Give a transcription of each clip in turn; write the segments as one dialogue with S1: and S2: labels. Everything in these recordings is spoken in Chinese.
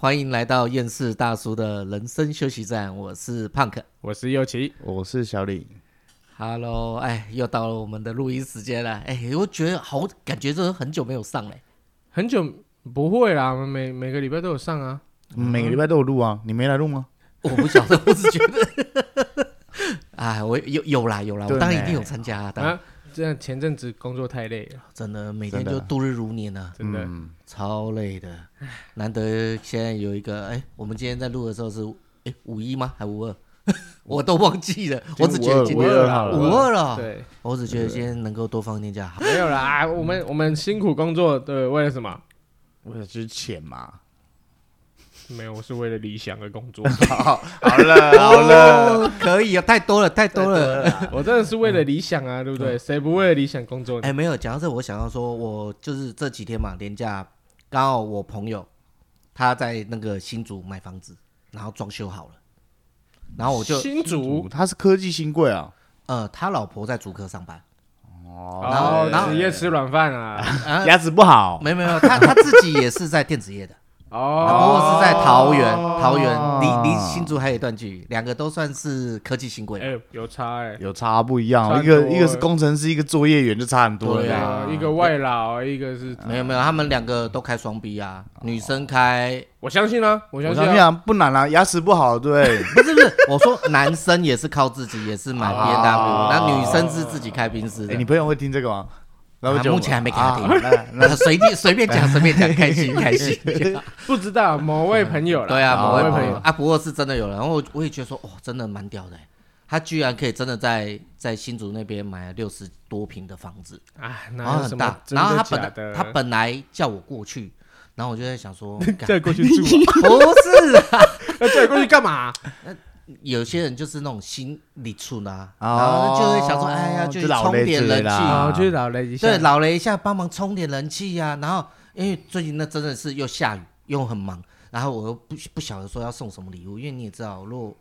S1: 欢迎来到厌世大叔的人生休息站，我是胖克。
S2: 我是右奇，
S3: 我是小李，
S1: Hello，哎，又到了我们的录音时间了，哎，我觉得好，感觉这很久没有上 嘞。
S2: 很久不会啦，我们每每个礼拜都有上啊。
S1: 嗯
S3: 每个礼拜都有录啊，你没来录吗？
S1: 我不晓得，我只觉得， 哎，我有有啦有啦，我
S3: 对
S1: 当然一
S3: 呢
S1: 定有参加啊，当然、
S2: 啊，这样前阵子工作太累了，
S1: 真的每天
S3: 真
S1: 就
S3: 的
S1: 度日如年啊，
S2: 真的。
S3: 嗯，
S1: 超累的，难得现在有一个，哎，我们今天在录的时候是，哎，五一吗？还五二？ 我都忘记了，我只觉得今
S3: 五
S1: 天
S3: 二
S2: 啦
S3: 号
S1: 五
S3: 了，
S1: 二了，
S2: 对，
S1: 我只觉得今天能够多放一天假，好
S2: 没有啦，啊我
S1: 嗯
S2: 们我们辛苦工作，对，为了什么？
S3: 为了之前嘛。
S2: 没有，我是为了理想 而工作。
S1: 啊
S3: 好，好了，好了，
S1: 哦，可以啊，太多了，太多了。
S2: 我真的是为了理想啊，对不对？谁不为了理想工作
S1: 嗯
S2: 呢？
S1: 哎、没有，讲到这，我想要说，我就是这几天嘛，廉价，刚好我朋友他在那个新竹买房子，然后装修好了，然后我就
S2: 新竹
S3: 哦他是科技新贵啊，
S1: 呃，他老婆在竹科上班，然后
S2: 哦，
S1: 然后
S2: 职业吃软饭啊。
S1: 啊、
S3: 牙齿不好，
S1: 没有没 有，他他自己也是在电子业的，不过
S2: 哦，
S1: 是在桃园，桃园离离新竹还有一段距离，两个都算是科技新贵。
S2: 哎，有差哎。
S3: 有差不一样
S2: 差
S3: 哦，
S2: 很
S3: 一个
S2: 多
S3: 一个是工程师，一个作业员就差很多
S1: 对
S3: 了。
S1: 啊嗯
S2: 一个外劳，一个是，
S1: 没有没有，他们两个都开双 B 啊，女生开
S2: 我相信啊，我
S3: 我
S2: 相
S3: 想
S2: 信啊。
S3: 想不难啊，牙齿不 好，对，
S1: 不是不是，我说男生也是靠自己，也是买 B N W，
S3: 哦
S1: 那女生是自己开宾士的
S3: 哎，。你朋友会听这个吗？然后
S1: 啊
S3: 就
S1: 目前还没给他听
S3: 啊那
S1: 那随便随便讲，随便讲，开心开心。
S2: 不知道某位朋友啦，
S1: 对啊，某
S3: 好
S1: 位
S3: 好
S1: 朋友啊，不过是真的有人，然后我我也觉得说，哇，真的蛮屌的欸，他居然可以真的在在新竹那边买了六十多平的房子，
S2: 啊，
S1: 然
S2: 哪
S1: 后
S2: 有什
S1: 哦很
S2: 么
S1: 大，
S2: 真
S1: 然后
S2: 的
S1: 他
S2: 假
S1: 本
S2: 的？
S1: 他本来叫我过去，然后我就在想说，干
S2: 再过去住 啊，
S1: 不是啊，
S2: 那再过去干嘛？
S1: 有些人就是那种心里处呢，然
S3: 哦
S1: 后就会想说，哎呀，
S3: 就
S1: 去
S3: 老
S1: 充
S3: 累
S1: 点
S3: 之类
S1: 人
S3: 啦
S1: 气，
S3: 啊
S2: 哦，就是老了一下，
S1: 对，老了一下，帮忙充点人气呀、然后因为最近那真的是又下雨又很忙，然后我又不不晓得说要送什么礼物，因为你也知道，如果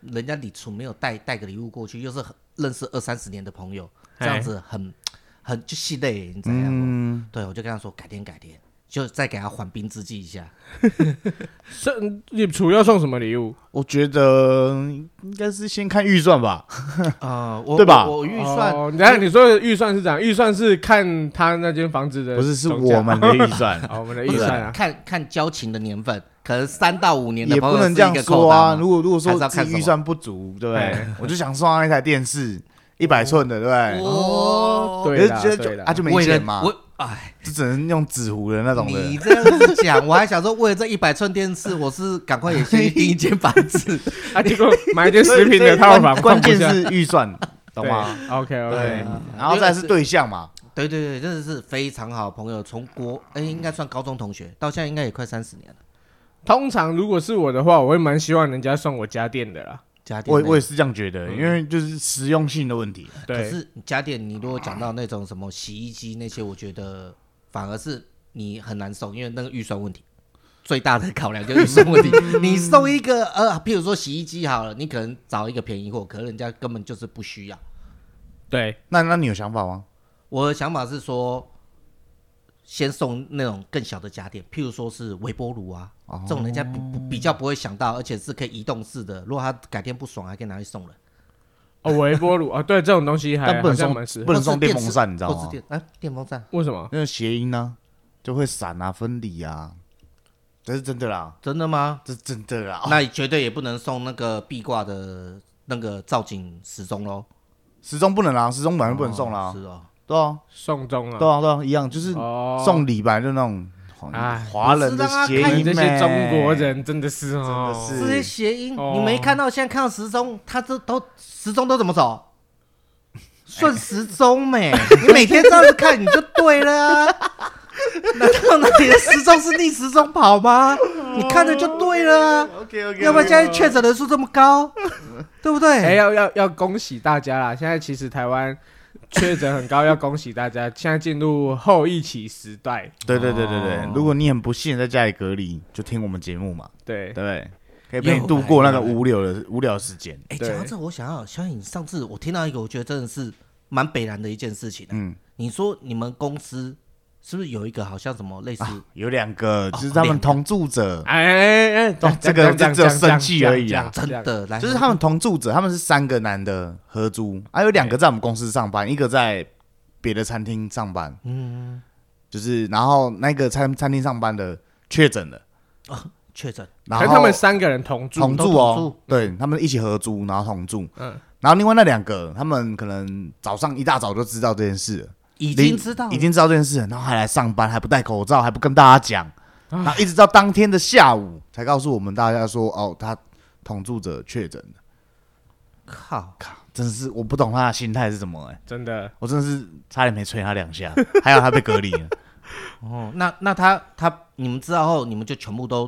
S1: 人家礼处没有带带个礼物过去，又是很认识二三十年的朋友，这样
S2: 哎
S1: 子很 很就气累，你知道吗？
S3: 嗯，
S1: 对，我就跟他说改天改天，就再给他缓兵之计一下。
S2: 送你主要送什么礼物？
S3: 我觉得应该是先看预算吧，
S1: 呃，我
S3: 对吧
S1: 我我预算、
S2: 哦，然后你说的预算是怎样？预算是看他那间房子的，，
S3: 不是是我们的预 算
S2: 哦，我们的
S1: 不
S2: 预
S1: 是
S2: 算啊。
S1: 看看交情的年份，可能三到五年的
S3: 也
S1: 朋
S3: 不
S1: 友
S3: 能
S1: 是
S3: 这样
S1: 一个
S3: 说
S1: 扣
S3: 啊。
S1: 单嘛
S3: 如果如果说
S1: 还是要看什
S3: 自己
S1: 么
S3: 预算不足，对不对
S2: 哎？
S3: 我就想送他一台电视，一百寸的，对不对？
S1: 哦
S2: 对
S3: 可
S2: 啦，
S3: 是觉
S2: 对
S3: 得就
S2: 啦
S3: 啊，就没
S1: 为了
S3: 钱嘛，
S1: 我哎。
S3: 就只能用纸糊的那种
S1: 你
S3: 的。
S1: 这样子讲，我还想说，为了这一百寸电视，我是赶快也先订一间房子。
S2: 啊，结果买一间
S3: 所以
S2: 食品的
S3: 所以
S2: 套房，
S3: 关关键是 预算，懂吗？
S2: ？OK
S3: 对
S2: OK，，
S3: 然后再来是对象嘛，
S1: 对对对，真的是非常好的朋友，从国哎、应该算高中同学，到现在应该也快三十年了。
S2: 通常如果是我的话，我会蛮希望人家送我家电的啦。
S1: 家电
S3: 我
S1: 类，
S3: 我也是这样觉
S2: 嗯
S3: 得，因为就是实用性的问题。
S1: 可
S2: 对，
S1: 是家电，你如果讲到那种什么洗衣机那些，我觉得反而是你很难送，因为那个预算问题。最大的考量就是预算问题。你送一个呃，譬如说洗衣机好了，你可能找一个便宜货，可能人家根本就是不需要。
S2: 对，
S3: 那那你有想法吗？
S1: 我的想法是说，先送那种更小的家电，譬如说是微波炉啊，
S3: 哦
S1: 这种人家比不比较不会想到，而且是可以移动式的。如果他改天不爽，还可以拿去送人。
S2: 哦，微波炉啊，对，这种东西还
S3: 但不能
S2: 好像
S3: 送
S2: 蛮适合
S3: 不能
S1: 或是
S3: 送电
S1: 视
S3: 风扇你知道
S1: 或是
S3: 吗
S1: 电啊，电风扇
S2: 为什么？
S3: 那个谐音呢，就会闪啊、分离啊，这是真的啦，
S1: 真的吗？
S3: 这是真的啦。
S1: 那绝对也不能送那个壁挂的那个造景时钟喽，
S3: 时钟不能啦，时钟本来就不能送
S1: 哦
S3: 啦
S1: 是。哦，
S3: 对啊，
S2: 送钟啊
S3: 对，啊，对啊，一样，就是
S2: 哦，
S3: 送礼吧，就那种
S2: 哎
S3: 华人的谐
S2: 你
S1: 哎
S3: 音
S2: 们这些
S3: 呗
S2: 中国，人真的是哦，
S3: 真的是
S1: 这些谐音
S2: 哦
S1: 你没看到？现在看到时钟，它这都时钟都怎么走？ 顺时钟没？你每天这样子看你就对了啊。 难道哪里的时钟是逆时钟跑 吗？你看着就对了啊。
S3: OK OK，
S1: 要不然现在确诊人数这么 高，对不对？
S2: 哎、要要要恭喜大家啦！现在其实台湾确诊很高，要恭喜大家，现在进入后疫情时代。
S3: 对对对对对
S1: 哦，
S3: 如果你很不幸在家里隔离，就听我们节目嘛，
S2: 对
S3: 对不对？可以陪你度过那个无聊的无聊的时间。
S1: 哎，
S2: 对
S1: 讲到这，我想要小颖，上次我听到一个，我觉得真的是蛮北然的一件事情、嗯
S3: 嗯，
S1: 你说你们公司是不是有一个好像什么类似？
S3: 啊有两个就是他们同住者，
S2: 哎哎哎
S3: 哦
S2: 哎，
S3: 这个
S2: 样
S3: 这只有生气而已啊
S1: 真，的来，
S3: 就是他们同住者，他们是三个男的合租，啊还、有两个在我们公司上班，一个在别的餐厅上班。嗯，就是然后那个餐餐厅上班的确诊了，
S1: 确诊，
S3: 然
S2: 可
S3: 后
S2: 是他们三个人同住，
S3: 同
S1: 都
S3: 住
S1: 同
S3: 哦，
S1: 住
S3: 对他们一起合租，然后同住。
S2: 嗯
S3: 然后另外那两个，他们可能早上一大早就知道这件事了，
S1: 已
S3: 零
S1: 经知道了
S3: 已经知道这件事了，然后还来上班，还不戴口罩，还不跟大家讲，然后一直到当天的下午才告诉我们大家说，哦，他同住者确诊了，
S1: 靠，
S3: 真的是我不懂他的心态是什么、欸，
S2: 真的
S3: 我真的是差点没捶他两下， 还好他被隔离了，
S1: 哦，那那他他你们知道后，你们就全部都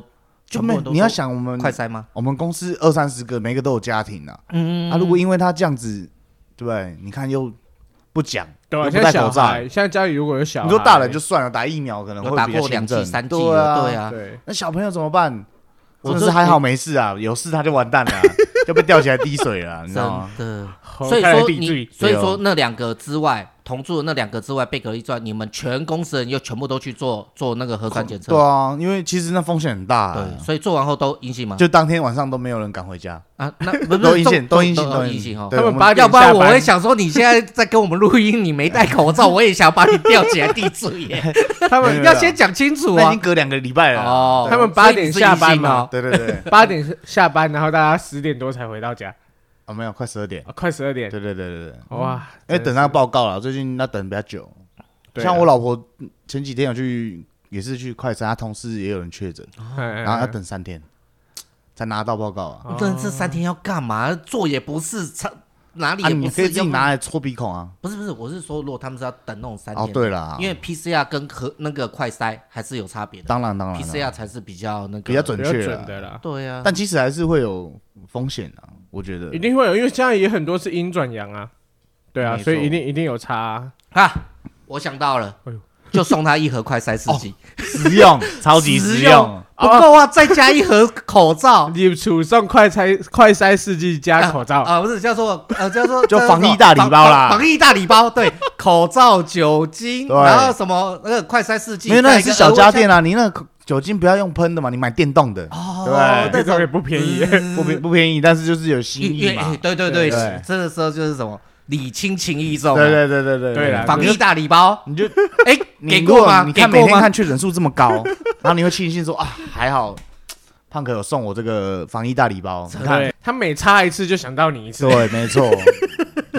S3: 就
S1: 全
S3: 没
S1: 部都
S3: 你要
S1: 都
S3: 想我们
S1: 快塞吗？
S3: 我们公司二三十个，每个都有家庭啊，
S1: 嗯，
S3: 啊，如果因为他这样子，对不对？你看又不讲，
S2: 对啊，
S3: 又不
S2: 现在
S3: 戴口
S2: 小
S3: 罩，
S2: 孩，现在家里如果有小孩，
S3: 你说大人就算了，打疫苗可能
S1: 有
S3: 会
S1: 打
S3: 比较
S1: 过两
S3: 轻
S1: 剂
S3: 症
S1: 三剂
S3: 对
S1: 了，对
S3: 啊，
S1: 啊，
S2: 对，
S3: 那小朋友怎么办？
S1: 我
S3: 真的是
S1: 就
S3: 还好没事啊，有事他就完蛋了 啊，就被吊起来滴水了啊，你知
S1: 真
S3: 道吗？
S1: 的。
S2: 好
S1: 所以
S2: 看来
S1: 说
S2: 地
S1: 你
S2: 最，
S1: 所以
S3: 对哦
S1: 说那两个之外，同住的那两个之外被隔离之外，你们全公司人又全部都去做做那个核酸检测
S3: 对，啊，因为其实那风险很大啊，
S1: 对，所以做完后都阴性吗？
S3: 就当天晚上都没有人赶回家，
S1: 啊，那不是
S3: 都阴性，
S1: 都
S3: 阴性，
S1: 都
S3: 都
S1: 阴性哦。
S3: 对
S2: 他们
S3: 我们
S2: 八
S1: 要
S2: 点
S1: 不然
S2: 下
S1: 我
S2: 班
S1: 会想说，你现在在跟我们录音，你没戴口罩，我也想把你吊起来 地主耶。
S2: 他
S3: 没有
S2: 们
S3: 没
S1: 要先讲清楚
S3: 啊那已
S1: 啊
S3: 经。隔两个礼拜了啊。
S1: 哦，
S2: 他们八点下班嘛
S1: 嘛，
S3: 对对对，
S2: 八点下班，然后大家十点多才回到家，
S3: 啊没有，快十二点。
S2: 啊快十二点
S3: 对，对对对对，
S2: 哇！
S3: 因为等他报告了，最近要等比较久。
S2: 对啊
S3: 像我老婆前几天有去，也是去快筛，她同事也有人确诊，
S1: 嗯
S3: 然
S2: 然
S3: 后要等三天才拿到报告啊。
S1: 一个人这三天要干嘛？做也不是，唱哪里
S3: 啊，
S1: 也
S3: 你
S1: 不
S3: 可
S1: 是
S3: 以，自
S1: 要
S3: 己
S1: 不
S3: 拿来戳鼻孔啊。
S1: 不是不是，我是说，如果他们是要等那种三
S3: 哦
S1: 天，，
S3: 对啦，
S1: 因为 PCR 跟和那个快筛还是有差别的
S3: 当然当然啦
S1: ，PCR 才是比较那个
S3: 比较准
S2: 比较
S3: 确
S2: 哎准
S3: 啦，
S2: 的啦，
S1: 对呀、啊，
S3: 但其实还是会有风险啊，我觉得
S2: 一。定会有，因为现在也很多是阴转阳啊，对啊，
S3: 没错
S2: 所以一定一定有差啊。
S1: 啊，我想到了，
S2: 哎呦
S1: 就送他一盒快筛试 剂，
S3: 实用，超级实用。
S1: 不够啊，再加一盒口 罩
S2: 你楚送快筛快筛试剂加口罩，
S1: 啊，不是叫做呃叫做
S3: 就
S1: 叫做
S3: 防疫大礼包
S1: 防
S3: 啦
S1: 防防疫大礼包， 对，口罩、酒精，
S3: 对
S1: 然后什么那个快筛试剂，
S3: 没有，那
S1: 再
S3: 也
S1: 一个
S3: 是小
S1: 额
S3: 家
S1: 外
S3: 店啊，你那个酒精不要用喷的嘛，你买电动的，
S1: 哦，
S3: 对
S2: 那
S1: 那
S2: 种
S1: 种
S2: 哎也 不便宜。
S1: 嗯
S3: 不便不便宜，但是就是有
S1: 越
S3: 新意
S1: 越
S3: 嘛。
S1: 哎对对对
S3: 对，
S1: 这个时候就是什么礼轻情意重啊，
S3: 对对对对对
S2: 对啊啦
S1: 防疫大礼包，
S3: 你就
S1: 哎，
S3: 你
S1: 给
S3: 如
S1: 过
S3: 果
S1: 吗？
S3: 你
S1: 给
S3: 看每
S1: 过
S3: 天
S1: 吗
S3: 看？确诊数这么高，然后你会庆幸说啊，还好胖哥有送我这个防疫大礼包。你看，
S2: 对他每擦一次就想到你一次，
S3: 对，没错。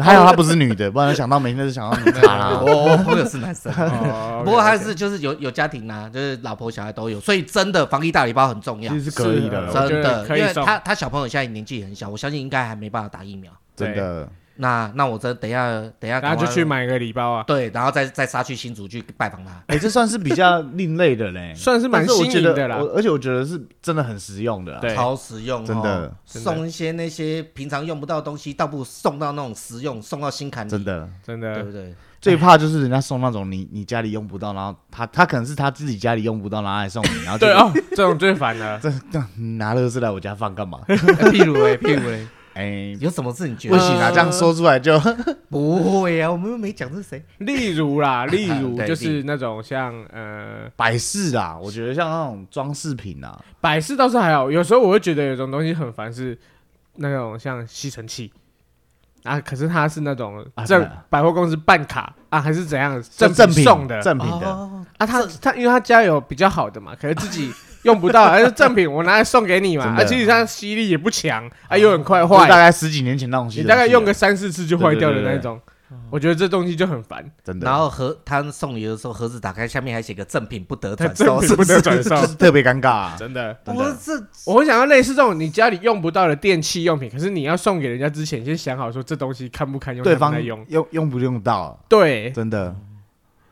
S3: 还好她不是女的，不然想到每天都想到啊你 擦 啦。
S1: 我我朋友是男 生。
S2: 哦
S1: 不过他
S2: OK，OK
S1: 是就是有有家庭啊，就是老婆小孩都有，所以真的防疫大礼包很重要
S3: 其，实是可以的
S2: 是
S3: 我
S1: 真的，
S2: 可
S1: 因
S2: 以
S1: 为
S2: 送。
S1: 他他小朋友现在年纪也很小，我相信应该还没办法打疫苗。
S3: 真的，
S1: 那那我真等一下等一下，
S2: 然后就去，买个礼包啊，
S1: 对，然后再再杀去新竹去拜访他。
S3: 哎，这算是比较另类的
S1: 嗯
S3: 嘞。
S2: 算是
S3: 但
S2: 蛮
S3: 是我
S2: 新
S3: 觉
S2: 颖
S3: 得
S2: 的啦
S3: 我。而且我觉得是真的很实用的啦。
S2: 对
S1: 超实用、哦，
S3: 真的
S2: 真的
S1: 送一些那些平常用不到的东西，倒不如送到那种实用，送到心坎里，
S3: 真，的。
S2: 真
S1: 对
S2: 的
S1: 不对？
S3: 最怕就是人家送那种你你家里用不到，然后他他可能是他自己家里用不到，然后来送你，然后就
S2: 对哦，这种最烦了。
S3: 这这你拿乐事来我家放干嘛？
S1: 譬如 哎，譬如哎，
S3: 哎，
S1: 有什么事你觉
S3: 不
S1: 得
S3: 行啊，
S2: 呃
S3: 这样说出来就
S1: 不会啊？我们又没讲是谁，
S2: 例如啦，例 如
S1: 对
S2: 就是那种像呃
S3: 摆饰啊。我觉得像那种装饰品啊，
S2: 摆饰倒是还好，有时候我会觉得有种东西很烦，是那种像吸尘器啊，可是它是那种
S3: 啊
S2: 正
S3: 对啊
S2: 百货公司办卡啊，还是怎样
S3: 就
S2: 正
S3: 正品
S2: 送的
S3: 正品的，
S1: 哦
S2: 啊？他他因为他家有比较好的嘛，可是自己用不到，而是正品我拿来送给你嘛，
S3: 真
S2: 啊，
S3: 的哦
S2: 其实它吸力也不强，啊，又很快
S3: 就大
S2: 坏，
S3: 概十几年前那种吸
S2: 你
S3: 尘器啊，
S2: 大概用个三四次就坏掉的
S3: 对对对
S2: 那种，我觉得这东西就很烦，
S3: 真的，
S1: 然后盒他送你的时候，盒子打开，下面还写个正品不得
S2: 它
S1: 转售，
S2: 正
S1: 是
S2: 品不
S1: 是
S2: 得？转售
S3: 就，是特别尴尬啊。
S2: 真的。
S3: 真
S1: 我
S3: 的
S1: 这
S2: 我会想要类似这种你家里用不到的电器用品，可是你要送给人家之前，先想好说这东西堪不堪用，
S3: 对
S2: 能
S3: 方
S2: 不能用。嗯
S3: 用用不用到啊，
S2: 对，
S3: 真的。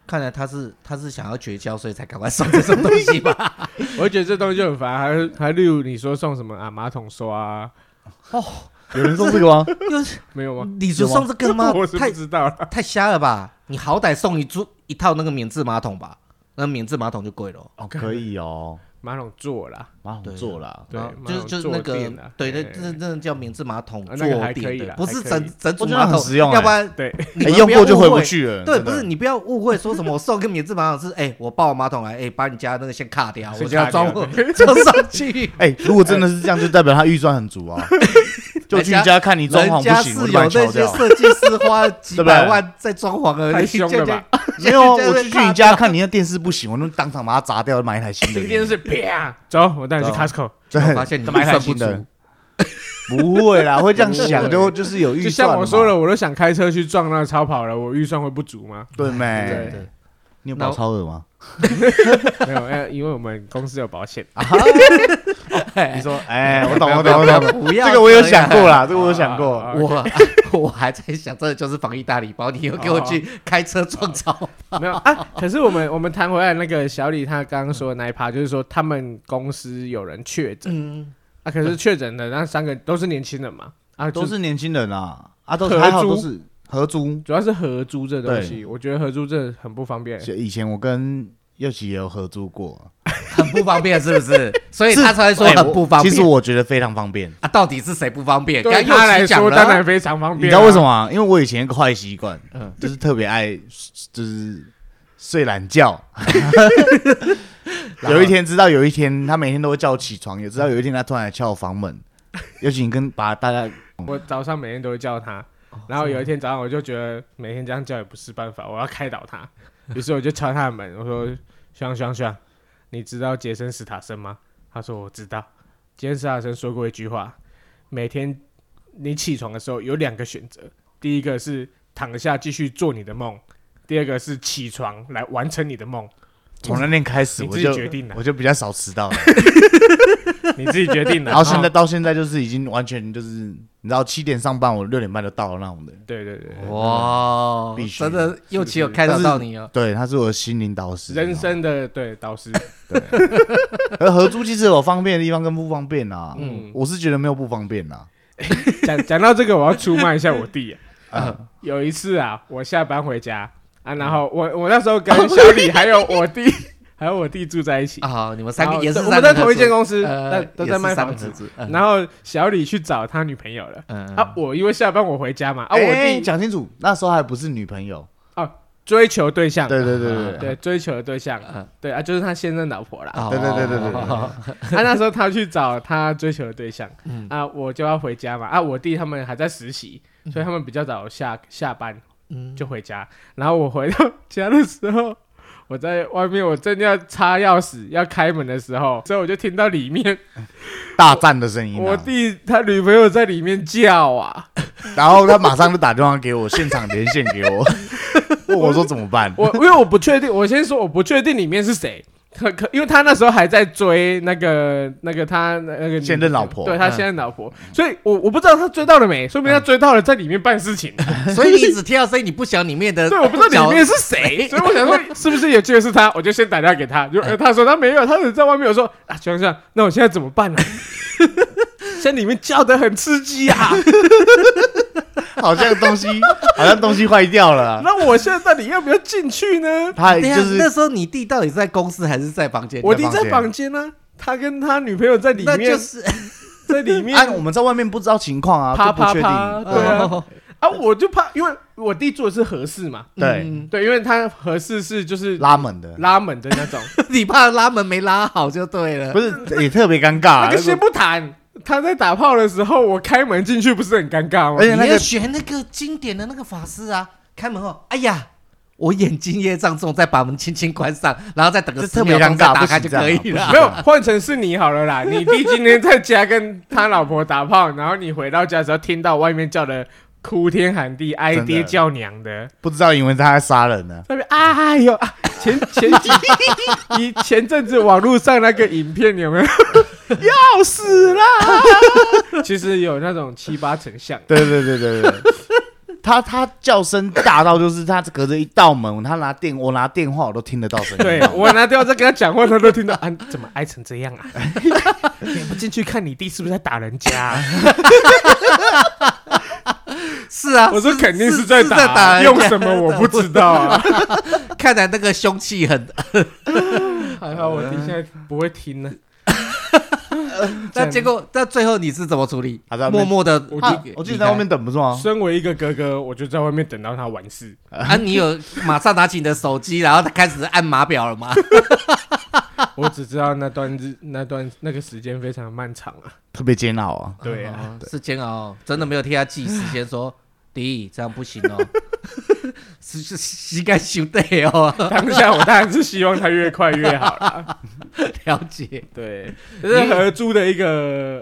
S1: 看来他是他是想要绝交，所以才赶快送这种东西吧？
S2: 我会觉得这东西就很烦。还还例如你说送什么啊，马桶刷、啊，
S3: 有人送这个 吗？
S1: 又
S2: 没 有吗？
S1: 你是送这个吗
S2: 我？是不
S1: 太
S2: 知道了。
S1: 嗯太瞎了吧！你好歹送一株一套那个免治马桶吧，那免治马桶就贵了哦。
S3: 哦，可以哦。
S2: 马桶座啦，
S3: 马
S1: 啊
S3: 桶座啦，
S2: 对
S1: 然后，哦就
S2: 蛮有
S1: 是就是
S2: 坐
S1: 那个
S2: 垫的，
S1: 对对，
S2: 哎
S1: 那那个叫免治马桶
S2: 啊
S1: 坐
S2: 那个还可
S1: 垫
S2: 以
S1: 的
S2: 啦，
S1: 不
S2: 还
S1: 是
S2: 可以
S1: 整整组
S3: 我觉得
S1: 马
S3: 很
S1: 桶，
S3: 实用
S1: 要
S3: 欸
S1: 不 然
S2: 对，
S1: 你
S3: 哎
S1: 们
S3: 用
S1: 不要
S3: 过就
S1: 误
S3: 回不
S1: 会
S3: 去了。
S1: 对，
S3: 真
S1: 不
S3: 的
S1: 是你不要误会，说什么我送个免治马桶是，哎、我抱我马桶来，哎、把你家那个先卡掉，我
S2: 先
S1: 现在
S2: 卡掉
S1: 装 我装上去。
S3: 哎、如果真的是这样，就代表他预算很 足啊。就去你家看你装
S1: 人
S3: 潢
S1: 家
S3: 不
S1: 是有
S3: 行，我就把
S1: 那
S3: 你敲
S1: 些
S3: 掉。
S1: 设计师花几百万在装潢而已，
S2: 太 凶了吧？
S3: 没有啊，
S1: 人家
S3: 我
S1: 是
S3: 去去你家看你那电视不行，我就当场把它砸掉，买一台新的。
S2: 停电是 啪，走，我带你去
S1: 走
S2: Costco，
S1: 就
S3: 对
S1: 我发现你
S3: 买一
S1: 预
S3: 台
S1: 算不
S3: 新的
S1: 足，。
S3: 不会啦，会这样
S2: 不
S3: 想
S2: 会
S3: 就就是有预
S2: 就
S3: 算。
S2: 像我说，了，我都想开车去撞那个超跑了，我预算会不足 吗？
S3: 对
S1: 对
S3: 没？
S1: 对，
S3: 你有保超额吗？
S2: 没有，哎因为我们公司有保险。
S1: 啊
S3: 你说，哎，我懂，
S1: 不要
S3: 我懂，我懂。
S1: 不要
S3: 这个我有
S1: 这样
S3: 想过啦，这个我有想过。
S2: 啊
S1: 我、我还在想，这就是防疫大礼包，你又给我
S2: 哦
S1: 去开车撞草，
S2: 没有啊，可是我们我们谈回来那个小李他刚刚说的那一趴，就是说他们公司有人确诊
S1: 嗯，
S2: 啊，可是确诊的那三个都是年轻人嘛啊，就
S3: 都是年轻人啊，啊，都
S2: 合
S3: 还好，
S2: 租
S3: 都是合租。
S2: 主要是合租这东西，我觉得合租这很不方便。
S3: 以前我跟佑琪也有合租过，
S1: 很不方便，是不是？所以他才会说
S3: 哎
S1: 很不方
S3: 我
S1: 便。
S3: 其实我觉得非常方便。
S1: 啊，到底是谁不方便？
S2: 对
S1: 刚刚
S2: 他
S1: 又
S2: 来
S1: 是讲
S2: 说
S1: 了啊
S2: 当然非常方
S3: 你
S2: 便，
S3: 知道为什么？吗？因为我以前有个坏习惯，
S1: 嗯
S3: 就是特别爱，就是睡懒 觉。有一天知道有一天他每天都会叫我起床，也知道有一天他突然来敲我房 门。尤其你跟把大家
S2: 我早上每天都会叫他，
S3: 哦
S2: 然后有一天早上我就觉得每天这样叫也不是办法，我要开导 他，于是我就敲他的门，我说：“香香香，你知道杰森·斯塔森吗？”他说：“我知道。”杰森·斯塔森说过一句话：每天你起床的时候有两个选择，第一个是躺下继续做你的梦，第二个是起床来完成你的梦，
S3: 从那天开始，
S2: 你
S3: 我
S2: 自己
S3: 就
S2: 决定的
S3: 我就比较少迟到 了。
S2: 你自己决定的。
S3: 然后现在
S2: 哦
S3: 到现在就是已经完全就是，你知道七点上班，我六点半就到了那种的。
S2: 对对对对，
S1: 哦哇
S3: 必须
S1: 真的又奇有开导到你哦。
S3: 对，他是我的心灵导师。
S2: 人生的对导师，
S3: 而合租其实有方便的地方跟不方便啦。
S2: 嗯
S3: 嗯，我是觉得没有不方便啊啦。
S2: 讲讲到这个，我要出卖一下我弟、啊。
S3: 啊，
S2: 有一次啊，我下班回家啊，
S1: 嗯
S2: 然后我我那时候跟小李还有我弟 还有我弟住在一起，
S1: 啊，好，你们三
S2: 然
S1: 个
S2: 后
S1: 也是
S2: 我
S1: 三
S2: 们
S1: 个
S2: 在
S1: 合
S2: 同一间
S1: 租
S2: 公司，
S1: 呃
S2: 但都
S1: 也
S2: 在
S1: 是
S2: 卖
S1: 三个
S2: 房子
S1: 合。租，嗯
S2: 然后小李去找他女朋友了
S1: 嗯
S2: 啊，我因为下班我回家嘛啊，我
S3: 哎
S2: 弟
S3: 讲清楚，那时候还不是女朋友。
S2: 追求对象，啊
S3: 对对对对对，
S2: 对追求的对象
S1: 嗯，
S2: 对啊，就是他现任老婆啦。
S1: 哦
S3: 对对对对对
S2: 他啊那时候他去找他追求的对象
S1: 嗯，
S2: 啊，我就要回家嘛，啊，我弟他们还在实习，所以他们比较早下下班
S1: 嗯
S2: 就回家。然后我回到家的时候， 我在外面，我正要插钥匙要开门的时候，所以我就听到里面
S3: 大战的声音啊。
S2: 我弟他女朋友在里面叫啊，
S3: 然后他马上就打电话给我，现场连线给我， 问我说怎么办？
S2: 我因为我不确定，我先说我不确定里面是谁。可可，因为他那时候还在追那个那个他那个女
S3: 现任老婆
S2: 对
S1: 嗯
S2: 他现任老婆，所以我我不知道他追到了没，说明他追到了，在里面办事 情。
S1: 所以你只听到声音，你不想里面的
S2: 对，我不知道
S1: 角
S2: 里面是谁，所以我 想说是不是也觉得是他，我就先打电话给他，就、
S1: 嗯
S2: 呃、他说他没有，他只在外面。我说啊，想想，那我现在怎么办呢、 在里面叫的很刺 激啊！
S3: 好像东西 好像东西坏掉了啊，
S2: 那我现在到底要不要进去呢？
S3: 他还
S1: 等一下
S3: 就
S1: 啊那
S3: 是
S1: 时候你弟到底是在公司还是在房间？
S2: 我
S3: 在
S2: 弟
S3: 房
S2: 在
S3: 间
S2: 房间呢、他跟他女朋友在里
S1: 那
S2: 面，
S1: 就是
S2: 在里面
S3: 啊，我们在外面不知道情况啊，
S2: 啪
S3: 都不确
S2: 啪
S3: 定。
S2: 啪对啊
S1: 哦
S2: 啊，我就怕，因为我弟住的是合适嘛，
S3: 对，
S1: 嗯
S2: 对，因为他合适是就是
S3: 拉门的
S2: 拉门的 那种，
S1: 你怕拉门没拉好就对了
S3: 不。是也特别尴尬
S2: 那
S3: 啊，
S2: 个先不谈。他在打炮的时候，我开门进去不是很尴尬吗
S3: 而？且那
S1: 你要
S3: 个
S1: 学那个经典的那个法师啊，开门后，哎呀。我眼睛业障重，再把门轻轻关上，然后再等个
S3: 这
S1: 十
S3: 特别
S1: 秒钟
S3: 尴
S1: 再
S3: 尬
S1: 打
S3: 不
S1: 开
S3: 行
S1: 就
S3: 这样
S1: 可
S3: 啊
S1: 以
S3: 不
S1: 了
S3: 行。
S2: 没有，换成是你好了啦。 你弟今天在家跟他老婆打炮，然后你回到家的时候听到外面叫的哭天喊地、哀
S3: 真
S2: 爹
S3: 的
S2: 叫娘的，
S3: 不知道，以为他在杀人呢。
S2: 那边哎呦啊！前前几 以前阵子网络上那个影片有没 有？要死啦！其实有那种七八成像，
S3: 对对对对对 对，他他叫声大到就是他隔着一道门，他拿电我拿电话我都听得到声音。
S2: 对 我拿电话在跟他讲话，他都听到啊，怎么挨成这样 啊？你不进去看你弟是不是在打人家啊、
S1: 是啊，
S2: 我说
S1: 是
S2: 肯定
S1: 是
S2: 在
S1: 是
S2: 打
S1: 在
S2: 啊，
S1: 人
S2: 用
S1: 家
S2: 什么我不知道 啊。
S1: 看来那个凶器很
S2: 还好我弟现在不会听呢。
S1: 那结果，那最后你是怎么处理？
S3: 他在外
S1: 默
S3: 面
S1: 默的，
S2: 我
S3: 啊我记得在外面等不啊是吗？
S2: 身为一个哥哥，我就在外面等到他完事。
S1: 啊，你有马上拿起你的手机，然后他开始按码表了吗？
S2: 我只知道那段日、那段那个时间非常漫长啊。
S3: 特别煎熬啊！
S2: 对啊，
S1: 哦是煎熬，真的没有替他记时间，说弟这样不行哦，是是膝盖修对哦，
S2: 当下我当然是希望他越快越好 啦。
S1: 了解。
S2: 对，这是合租的一个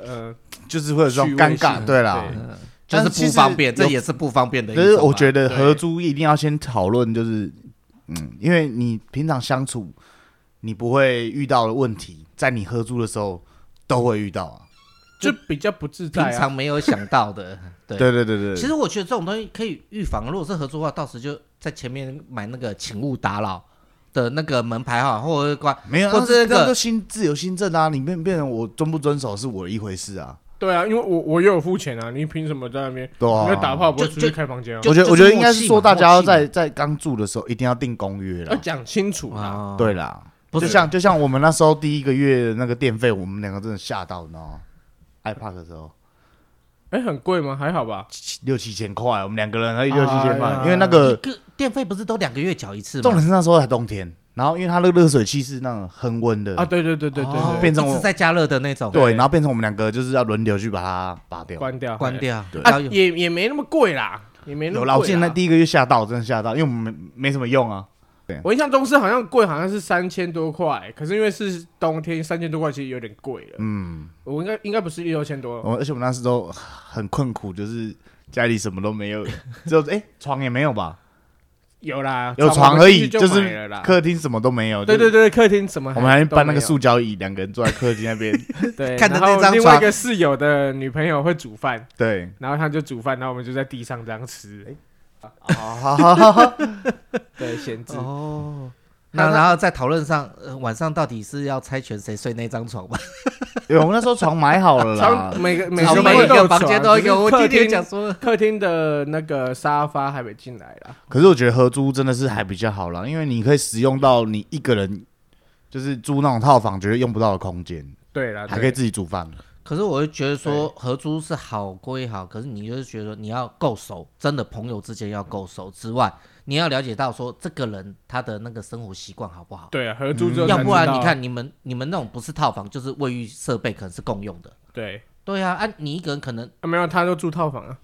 S2: 呃，
S3: 就是会有这种
S2: 趣味
S3: 尴尬，
S2: 性
S3: 对啦
S2: 对。
S1: 嗯，就
S3: 但
S1: 是
S3: 是其
S1: 不
S3: 实
S1: 方便，这
S3: 有
S1: 也是不方便的一
S3: 可
S1: 种吧。啊
S3: 是我觉得
S2: 对
S3: 合租一定要先讨论，就是嗯，因为你平常相处，你不会遇到的问题，在你合租的时候都会遇到啊。
S2: 就比较不自在
S1: 平
S2: 啊。
S1: 常没有想到的，对。
S3: 对啊对对对，
S1: 其实我觉得这种东西可以预防，如果是合租的话，到时就在前面买那个“请勿打扰”的那个门牌号，或者是挂
S3: 没有，啊
S1: 或
S3: 那
S1: 这
S3: 这
S1: 个
S3: 个都新自由新政啊，你变变成我遵不遵守是我的一回事啊。
S2: 对啊，因为我我也有付钱啊，你凭什么在那边？
S3: 对啊
S2: 因为打炮不会
S1: 就
S2: 出去
S1: 就
S2: 开房间啊
S1: 就。
S3: 我觉得
S1: 是
S3: 我觉得
S1: 默
S3: 应该
S1: 契
S3: 是
S1: 嘛
S3: 说大家
S1: 默
S3: 要
S1: 契嘛
S3: 在在刚住的时候一定要订公约
S2: 要
S3: 了。
S2: 讲清楚啊。
S1: 啊，
S3: 对啦，
S1: 不
S3: 就是像就像我们那时候第一个月的那个电费，我们两个真的吓到，你知道吗？iPad 的时候
S2: 哎，很贵吗？还好吧。
S3: 七六七千块，我们两个人还六七千
S2: 哎
S3: 块
S2: 呀，
S3: 因为那
S1: 一
S3: 个
S1: 个电费不是都两个月缴一次吗？
S3: 重点是那时候还冬天，然后因为它那个热水器是那种恒温的
S2: 啊，对对对对对
S1: 哦
S2: 对，
S3: 变成
S1: 一
S3: 我
S1: 直在加热的那种，
S3: 对，
S2: 对
S3: 然后变成我们两个就是要轮流去把它拔掉。
S2: 关掉，
S1: 关掉。
S3: 对
S1: 然
S2: 啊，
S1: 后有
S2: 也也没那么贵啦，也没那
S3: 有
S2: 么贵
S3: 啦，
S2: 啦。
S3: 我记得那第一个月吓到，真的吓到，因为我们没没什么用啊。
S2: 我印象中是好像贵，好像是三千多块，可是因为是冬天，三千多块其实有点贵了。
S3: 嗯，
S2: 我应该应该不是六千多，
S3: 我而且我们那时候很困苦，就是家里什么都没有，只有哎、床也没有吧，
S2: 有啦，
S3: 有床
S2: 我
S3: 而
S2: 们进
S3: 已，
S2: 去就
S3: 就
S2: 买了
S3: 是
S2: 啦。
S3: 客厅什么都没有。
S2: 啊对
S3: 就是
S2: 对对，客厅什么
S3: 我们还
S2: 都
S3: 搬那个
S2: 没有
S3: 塑胶椅，两个人坐在客厅那边。
S2: 对，
S1: 看着
S2: 然后
S1: 那张
S2: 另外一
S1: 床
S2: 个室友的女朋友会煮饭，
S3: 对，
S2: 然后她就煮饭，然后我们就在地上这样
S1: 哎
S2: 吃。
S3: 好好好好好，
S2: 对，闲置。
S1: 哦，那然后在讨论上，呃晚上到底是要猜拳谁睡那张床吧？
S3: 因为我们那时候 床买好了啦
S2: 床，每 个每
S1: 好
S2: 个
S1: 每一个房间都有一
S2: 有
S1: 个。我
S2: 床
S3: 啊
S2: 只
S1: 听你
S2: 是客
S1: 讲
S2: 厅
S1: 说，
S2: 客厅的那个沙发还没进来啦。
S3: 可是我觉得合租真的是还比较好啦，因为你可以使用到你一个人，就是租那种套房绝对用不到的空间，
S2: 对啦，
S3: 还
S2: 对
S3: 可以自己煮饭。
S1: 可是我会觉得说合租是好归好，可是你就是觉得你要够熟，真的朋友之间要够熟之外，你要了解到说这个人他的那个生活习惯好不好。
S2: 对啊，合租之后
S1: 要
S2: 才
S1: 不然
S2: 知道
S1: 你，看你们你们那种不是套房就是卫浴设备可能是共用的，
S2: 对，
S1: 对呀、啊，啊你一个人可能
S2: 啊没有，他都住套房啊。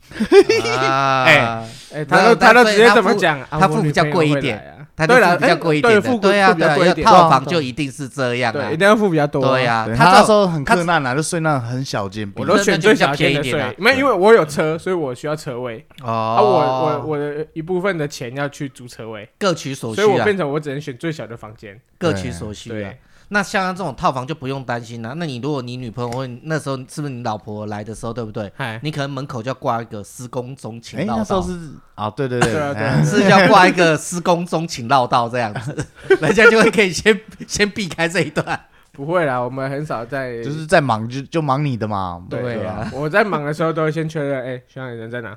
S1: 啊，
S3: 哎
S2: 哎、
S1: 没
S2: 他
S1: 有
S2: 都他
S1: 但
S2: 都
S1: 所以
S2: 直接
S1: 他
S2: 怎么
S1: 付
S2: 讲？啊
S1: 他
S2: 我
S1: 付
S2: 女
S1: 比较
S2: 朋友
S1: 贵一
S2: 会
S1: 点
S2: 来啊
S1: 他就
S2: 对啦
S1: 是比较
S2: 哎
S1: 贵一
S2: 对
S1: 点
S2: 付
S1: 的，对呀、
S2: 付比
S1: 对
S2: 较
S1: 啊，
S2: 贵一
S1: 要
S2: 点
S1: 套房
S3: 对啊
S1: 就一定是这样啊
S2: 对，一，定要付比较多。
S1: 对，呀、
S3: 对啊他
S1: 他
S3: 那时
S1: 这
S3: 候很
S1: 他
S3: 困难啦，啊就睡那种很小间，
S2: 我
S1: 那
S2: 都
S1: 那
S2: 选
S1: 就
S2: 最
S1: 比较
S2: 小间的
S1: 便宜一点啊
S2: 睡，没有因为我有车，所以我需要车位。啊，我
S1: 哦，
S2: 我我的一部分的钱要去租车位，
S1: 各取所需
S2: 所以我
S1: 啊，
S2: 变成我只能选最小的房间。
S1: 各取所需啊
S2: 对。
S1: 那像这种套房就不用担心了、啊那你如果你女朋友或你那时候是不是你老婆来的时候，对不对？
S2: 嗨，
S1: 你可能门口就要挂一个施工中请
S3: 哎，
S1: 绕
S3: 那时
S1: 道
S3: 候， 是啊，对 对对
S2: 对啊对啊
S3: 哎
S1: 是要挂一个施工中请绕道这样 子，人家就会可以先先避开这一段。
S2: 不会啦，我们很少在
S3: 就是在忙就就忙你的嘛，
S1: 对啊
S3: 啊，
S2: 我在忙的时候都会先确认，哎，徐长人在哪？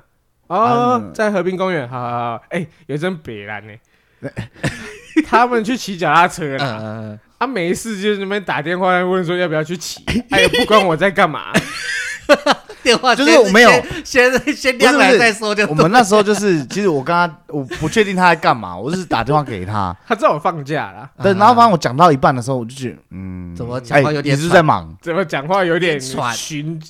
S3: 啊
S2: 哦，在河滨公园，好好好，哎，有一阵北兰呢， 他们去骑脚踏车
S1: 嗯
S2: 啦，
S1: 嗯，嗯
S2: 他没事就在那边打电话问说要不要去 骑，他也不管我在干嘛，
S1: 电话
S3: 就是
S1: 先
S3: 我没有
S1: 先先先
S3: 不是
S1: 亮
S3: 不
S1: 来
S3: 是
S1: 再说就
S3: 我们那时候就是， 其实我跟他，我不确定他在干嘛，我就是打电话给 他，
S2: 他知道我放假啦，
S3: 但然后反正我讲到一半的时候，我就觉得，嗯，
S1: 怎么讲
S3: 哎，
S1: 话有
S3: 你
S1: 点
S3: 是不是
S1: 喘
S3: 在忙？
S2: 怎么讲话有点
S1: 喘
S2: 循，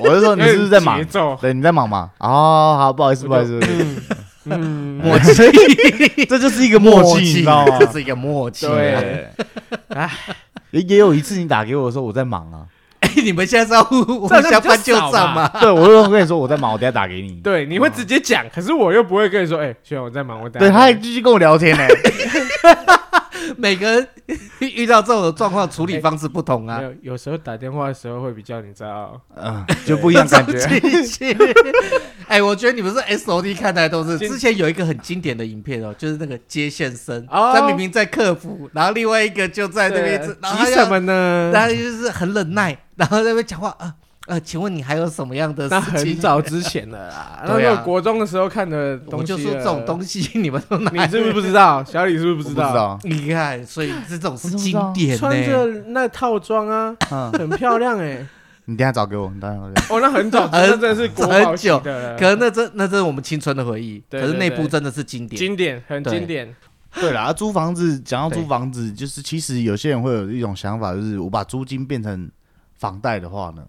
S3: 我就哦说你是不是在忙
S2: 有点节？奏，
S3: 对，你在忙吗？哦，好，不好意思，
S2: 我就
S3: 不好意思，不好意思
S2: 嗯，
S1: 默 契，
S3: 这就是一个默契，你知道吗？
S1: 这是一个默契。
S2: 对，
S3: 也也有一次你打给我的时候，我在忙啊，
S1: 哎，你们现在是要互互相翻旧账吗？
S3: 对我就跟你说我在忙，我等下打给你。
S2: 对，你会直接讲，可是我又不会跟你说，哎、虽然我在忙，我等下
S3: 对，他还继续跟我聊天 呢。
S1: 每个人遇 到这种状况处理方式不同啊
S2: 没。有，有时候打电话的时候会比较，你知道，
S3: 嗯，就 不一样 感觉。
S1: 进去。哎、我觉得你们是 S O D 看待都是。
S2: 今
S1: 之前有一个很经典的影片哦，就是那个接线生，
S2: 哦
S1: 他明明在客服，然后另外一个就在那边，然后他
S2: 急什
S1: 要，
S2: 么呢？
S1: 然后就是很忍耐，然后在那边讲话啊。呃，请问你还有什么样的
S2: 那
S1: 事
S2: 很
S1: 情？
S2: 早之前的 啦，那
S3: 对啊
S2: 个国中的时候看的
S1: 我
S2: 东西
S1: 就
S2: 了。
S1: 说这种东西你们都拿
S2: 你是不是不知道？小李是不是知
S3: 我不知
S2: 道？
S3: 道，
S1: 你看，所以这种是
S3: 我怎么知
S1: 经
S3: 道
S1: 典呢、
S2: 穿着那套装啊，
S3: 嗯，
S2: 很漂亮哎、
S3: 你等一下找给我，你等一下找给我。
S2: 哦，那很早，
S1: 很
S2: 那真的是国宝级的
S1: 可能那真那真是我们青春的回忆，
S2: 对
S1: 可是
S2: 对
S1: 那
S2: 对
S1: 部真的是经典。
S2: 经典，很
S1: 对
S2: 经典。
S3: 对啦，啊租房子讲到
S1: 对
S3: 租房子，就是其实有些人会有一种想法，就是我把租金变成房贷的话呢，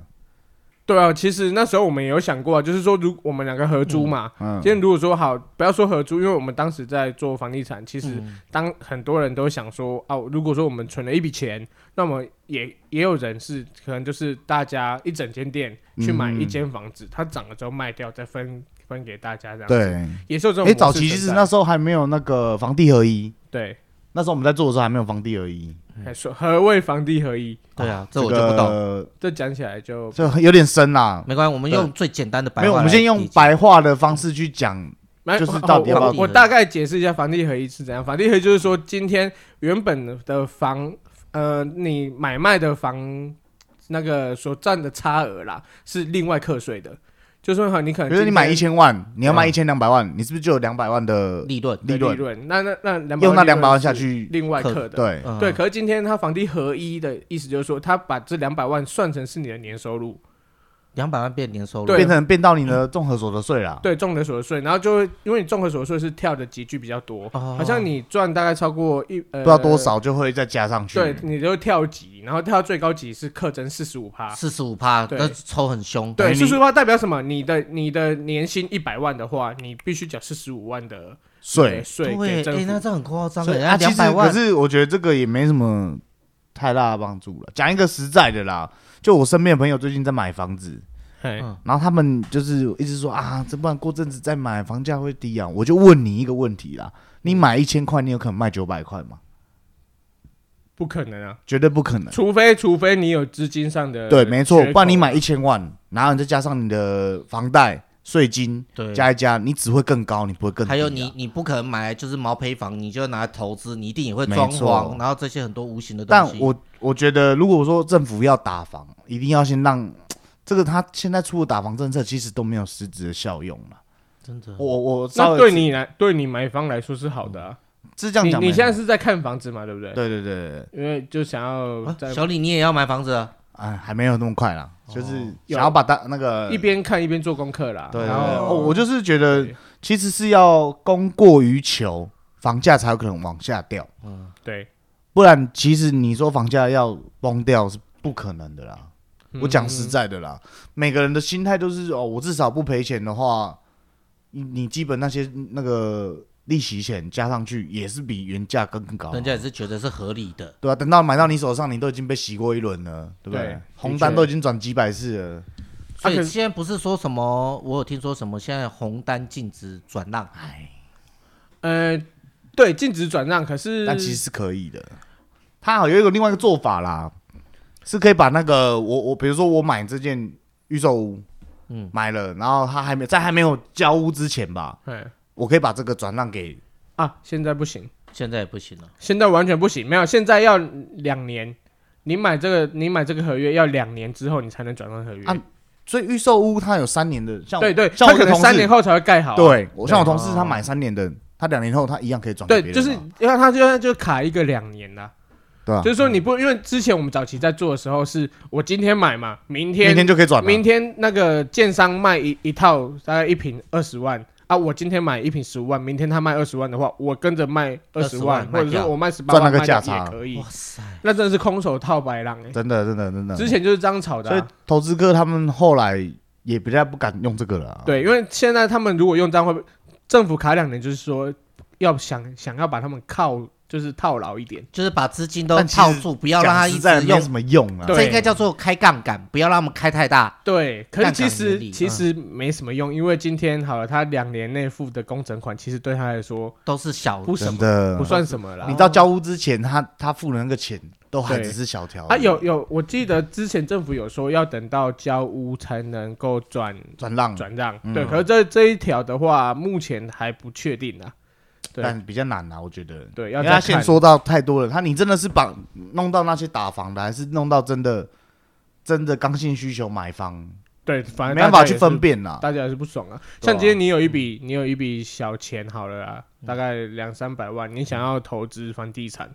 S2: 对啊，其实那时候我们也有想过啊，就是说，如我们两个合租嘛，
S3: 嗯
S2: 今，天如果说好，不要说合租，因为我们当时在做房地产，其
S1: 嗯
S2: 实当很多人都想说，哦、如果说我们存了一笔钱，那么也也有人是可能就是大家一整间店去买
S3: 嗯
S2: 一间房子，它涨了之后卖掉，再分分给大家这样。，
S3: 对，
S2: 也是有这种模
S3: 哎，
S2: 式存在。
S3: 早期其实那时候还没有那个房地合一，
S2: 对，
S3: 那时候我们在做的时候还没有房地合一，
S2: 还说何谓房地合一？
S1: 对啊，这
S3: 这
S1: 我就不懂，
S3: 个
S2: 这讲起来就
S3: 就有点深啦。
S1: 没关系，我们用最简单的白话
S3: 没有，我们
S1: 来
S3: 先用
S1: 理解
S3: 白话的方式去讲，
S2: 没
S3: 就是
S2: 我
S3: 到底要不要
S2: 我我大概解释一下房地合一是怎样。房地合一就是说，今天原本的房，呃，你买卖的房那个所占的差额啦，是另外课税的。就是说，好，你可能
S3: 比如说你买一
S2: 今天
S3: 千万，你要卖
S1: 嗯
S3: 一千两百万，你是不是就有两百万的
S1: 利润。
S2: 的
S3: 利润
S2: 利？润，那那那两
S3: 用那两
S2: 两
S3: 百万下，去，
S2: 另外课的。
S3: 对，
S1: 嗯
S2: 对，可是今天他房地合一的意思就是说，他把这两百万算成是你的年收入，
S1: 两百万变年收入，
S2: 对
S3: 变成变到你的综合所得税啦。
S2: 对综合所得税，然后就会因为你综合所得税是跳的集聚比较多，
S1: 哦
S2: 好像你赚大概超过一呃
S3: 不知道多少就会再加上去。
S2: 对，你就跳级，然后跳到最高级是课征四十五趴。
S1: 四十五趴，
S2: 对
S1: 那抽很凶。
S2: 对，
S3: 哎
S2: 四
S3: 你
S2: 十五趴代表什么？你的你的年薪一百万的话，你必须缴四十五万的
S3: 税，
S2: 税
S1: 对，
S2: 给
S1: 哎、
S2: 政府。
S1: 那这很夸张
S3: 所
S1: 哎，
S3: 以啊，
S1: 那
S3: 其
S1: 两
S3: 实
S1: 百
S3: 可
S1: 万，
S3: 是我觉得这个也没什么太大的帮助了。讲一个实在的啦，就我身边的朋友最近在买房子，
S2: 嘿
S1: 嗯
S3: 然后他们就是一直说啊，这不然过阵子再买，房价会低啊。我就问你一个问题啦，你买一千块，你有可能卖九百块吗？
S2: 不可能啊！
S3: 绝对不可能。
S2: 除非除非你有资金上的
S3: 对，没错
S2: 缺，口
S3: 不然你买一千万，然后你再加上你的房贷、税金
S1: 对，
S3: 加一加，你只会更高，你不会更低啊。
S1: 还有你，你不可能买就是毛坯房，你就拿来投资，你一定也会
S3: 没
S1: 装
S3: 错
S1: 潢，然后这些很多无形的东
S3: 但
S1: 西。
S3: 我我觉得，如果说政府要打房，一定要先让这个他现在出的打房政策其实都没有实质的效用了。
S1: 真的
S3: 我我
S2: 嗯
S3: 稍
S2: 那
S3: 微
S2: 对你来对你买方来说是好的啊。
S3: 是这样
S2: 你
S3: 讲没错，
S2: 你现在是在看房子嘛？对不对？
S3: 对对对对，对
S2: 因为就想要
S1: 啊
S2: 在
S1: 小李，你也要买房子啊？
S3: 哎，还没有那么快啦，就是
S2: 有
S3: 想要把大那个
S2: 哦一边看一边做功课啦。
S3: 对对对
S2: 然后
S3: 哦，我就是觉得
S2: 对
S3: 其实是要供过于求，房价才有可能往下掉，
S2: 对
S3: 不然其实你说房价要崩掉是不可能的啦。我讲实
S2: 嗯
S3: 在的啦，每个人的心态都是哦，我至少不赔钱的话，你你基本那些那个利息钱加上去也是比原价更更高啊、
S1: 人家也是觉得是合理的。
S3: 对啊，等到买到你手上，你都已经被洗过一轮了，对不
S2: 对
S3: 对
S2: 的？
S3: 红单
S2: 确
S3: 都已经转几百次了，
S1: 所以
S2: 啊可是
S1: 现在不是说什么，我有听说什么现在红单禁止转让，
S2: 呃对禁止转让，可是
S3: 但其实是可以的。他好有一个另外一个做法啦，是可以把那个我我比如说我买这件预售屋，嗯，买了，然后他还没在还没有交屋之前吧，
S2: 哎
S3: 我可以把这个转让给
S2: 啊现在不行。
S1: 现在也不行了。
S2: 现在完全不行，没有，现在要两年。你买这个，你买这个合约要两年之后你才能转让合约。
S3: 啊所以预售屋它有三年的，像我
S2: 对对，
S3: 像我
S2: 他可
S3: 的
S2: 能
S3: 同事
S2: 三年后才会盖好啊、
S3: 对我像我同事
S1: 哦
S3: 他买三年的，他两年后他一样可以转给
S2: 对，
S3: 别人
S2: 就
S3: 啊
S2: 是因为他就就卡一个两年啦、
S3: 对吧？啊
S2: 就是说你不因为之前我们早期在做的时候是，我今天买嘛，明天
S3: 明天就可以转了，
S2: 明天那个建商卖一一套大概一瓶二十万啊，我今天买一瓶十五万，明天他卖二十万的话，我跟着卖二十
S1: 20万
S2: 或者
S1: 卖掉
S2: 说我卖十八万
S3: 赚那个
S2: 卖掉
S3: 价差
S2: 也可以
S1: 哇，塞，
S2: 那真的是空手套白狼哎、
S3: 真的真的真的。
S2: 之前就是这样炒的啊、
S3: 所以投资客他们后来也比较不敢用这个了啊。
S2: 对，因为现在他们如果用这样会被，政府卡两年，就是说要想想要把他们铐，就是套牢一点。
S1: 就是把资金都
S3: 但其实
S1: 套住，不要让它
S3: 讲
S1: 一
S3: 实在
S1: 直
S3: 没
S1: 用
S3: 有什么用啊。
S2: 对
S1: 这应该叫做开杠杆，不要让我们开太大。
S2: 对，可是
S1: 杠杆
S2: 其
S1: 原理
S2: 实其
S1: 嗯
S2: 实没什么用，因为今天好了，他两年内付的工程款，其实对他来说
S1: 都是小
S2: 不什
S3: 真
S2: 么，
S3: 的
S2: 不。算什么啦
S3: 嗯你。到交屋之前，他他付了那个钱，都还
S2: 对
S3: 只是小条
S2: 啊，有有，我记得之前政府有说要等到交屋才能够转
S3: 转让，
S2: 转让，
S3: 嗯
S2: 对。可是这这一条的话，目前还不确定啊。对
S3: 但比较难啊，我觉得。
S2: 对，
S3: 因
S2: 要
S3: 为
S2: 再
S3: 他现
S2: 看。
S3: 说到太多了，他你真的是把弄到那些打房的，还是弄到真的真的刚性需求买房，
S2: 对，反正
S3: 没办法
S2: 大家
S3: 去
S2: 也
S3: 分
S2: 是，
S3: 辨啦。
S2: 大家也是不爽啊。
S3: 对啊
S2: 像今天你有一笔，你有一笔小钱好了啦，大概两三百万，你想要投资房地产。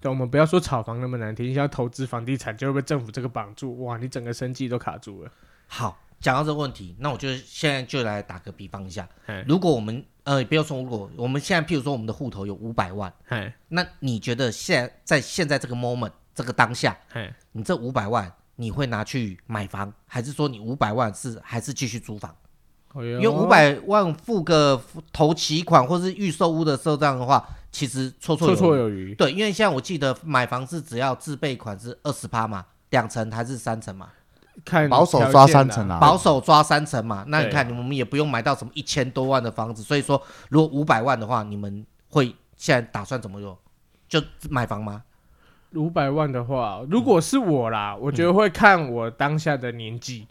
S2: 对，我们不要说炒房那么难听，你想要投资房地产就会被政府这个绑住，哇，你整个生计都卡住了。
S1: 好，讲到这个问题，那我就现在就来打个比方一下
S2: 嘿，
S1: 如果我们呃，不要说如果我们现在譬如说我们的户头有五百万，
S2: 嘿，
S1: 那你觉得现在现在这个 moment 这个当下，
S2: 嘿，
S1: 你这五百万你会拿去买房，还是说你五百万是还是继续租房？因为
S2: 有啊
S1: 五百万付个头期款或是预售屋的时候，这样的话其实绰绰
S2: 绰
S1: 有
S2: 绰
S1: 余。
S2: 有余，
S1: 对，因为现在我记得买房是只要自备款是二十趴嘛，两成还是三成嘛，
S2: 看
S3: 保守
S2: 条
S3: 抓
S2: 件
S3: 三
S2: 啦
S3: 成啊，
S1: 保守抓三成嘛。那你
S2: 对
S1: 看，我们也不用买到什么一千多万的房子，所以说如果五百万的话，你们会现在打算怎么用？就买房吗？
S2: 五百万的话，如果是我啦，我觉得会看我当下的年纪。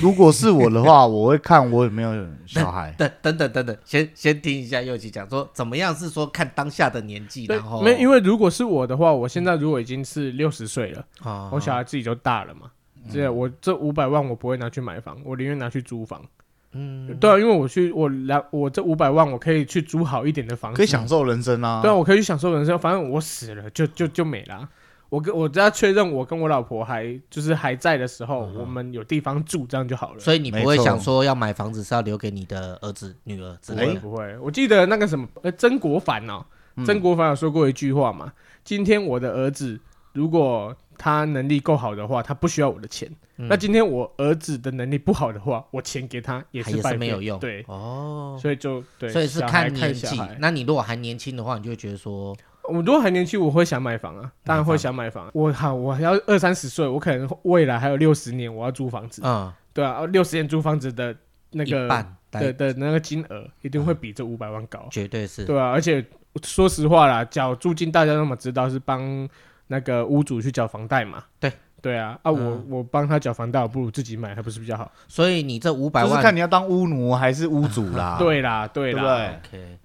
S3: 如果是我的话，我会看我有没有小
S2: 嗯
S3: 孩。
S1: 等等等等等，先先听一下右奇讲说怎么样是说看当下的年纪，
S2: 对
S1: 嗯然后，
S2: 没，因
S1: 为
S2: 为如果是我的话，我现在如果已经是六十岁了，
S3: 啊
S2: 我小
S1: 想
S2: 孩自己就大了嘛。
S3: 嗯
S2: 这我这五百万我不会拿去买房，我宁愿拿去租房。嗯，对啊，因为我去我来我这五百万我可以去租好一点的房子，
S3: 可以享受人生啊！
S2: 对啊，我可以去享受人生，反正我死了就就就没啦。我跟我只要确认我跟我老婆还就是还在的时
S3: 嗯
S2: 候，我们有地方住，这样就好了。
S1: 所以你不会
S3: 没错
S1: 想说要买房子是要留给你的儿子、女儿之
S2: 不
S1: 类
S2: 会
S1: 的。嗯
S2: 不会，我记得那个什么，呃，曾国藩哦，曾国藩有说过一句话嘛，今天我的儿子如果他能力够好的话，他不需要我的钱。
S1: 嗯
S2: 那今天我儿子的能力不好的话，我钱给他也
S1: 还
S2: 是
S1: 也是
S2: 白费
S1: 没有用
S2: 对，
S1: 哦，
S2: 所以就哎对，
S1: 所以是
S2: 小孩
S1: 看
S2: 看
S1: 年
S2: 小
S1: 纪
S2: 孩。
S1: 那你如果还年轻的话，你就会觉得说，
S2: 我如果还年轻，我会想买房啊，当然会想买房。我好，我还要二三十岁，我可能未来还有六十年，我要租房子。
S1: 嗯，
S2: 对啊，六十年租房子的那
S1: 一
S2: 个
S1: 半，
S2: 的
S1: 对，
S2: 的那个金额，一定会比这五百万高。
S1: 绝对是，
S2: 对啊，而且说实话啦，缴租金大家那么知道是帮那个屋主去缴房贷嘛。
S1: 对
S2: 对啊，啊我我帮他缴房贷，我不如自己买，还不是比较好？
S1: 所以你这五百
S3: 就是
S1: 万
S3: 看你要当巫奴还是巫主啦。，
S2: 对啦，对
S3: 啊对不对
S2: 啦，
S1: ，OK，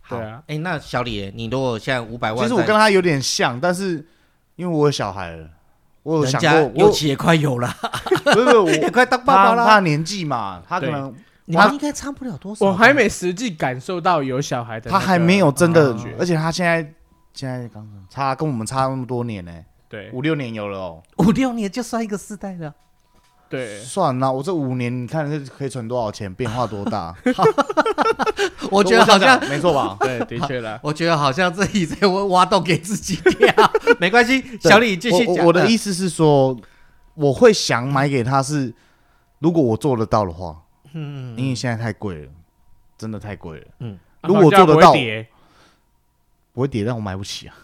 S1: 好，
S2: 对
S1: 哎
S2: 啊、
S1: 那小李，你如果现在五百万
S3: 其
S1: 在，
S3: 实我跟他有点像，但是因为我有小孩了，我有
S1: 人
S3: 想
S1: 家
S3: 过，
S1: 尤
S3: 我
S1: 其也快有 了，
S3: 不是不是
S1: 也
S3: 我
S1: 快当爸爸
S3: 他
S1: 啦，
S3: 他年纪嘛，他可
S2: 对
S3: 能
S1: 你们
S3: 他
S1: 应该差不了多少吧，
S2: 我还没实际感受到有小孩的那
S3: 他
S2: 个，
S3: 还没有真的
S2: 感觉，
S3: 而且他现在现在刚差跟我们差那么多年呢，
S2: 对
S3: 五六年有了哦。
S1: 五六年就算一个世代 了，
S2: 对，
S3: 算了，我这五年你看这可以存多少钱，变化多大？
S1: 我觉得好
S3: 这
S1: 像。
S3: 样讲没错吧？
S2: 对，的确啦
S1: 我觉得好像自己在挖洞给自己 跳，没关系， 小李继续
S3: 我
S1: 讲。嗯
S3: 我我的意思是说，我会想买给他是，如果我做得到的话，嗯，因为现在太贵了，真的太贵了， 如果
S2: 啊房价
S3: 做得
S2: 不会
S3: 到
S2: 跌
S3: 不会跌，但我买不起啊。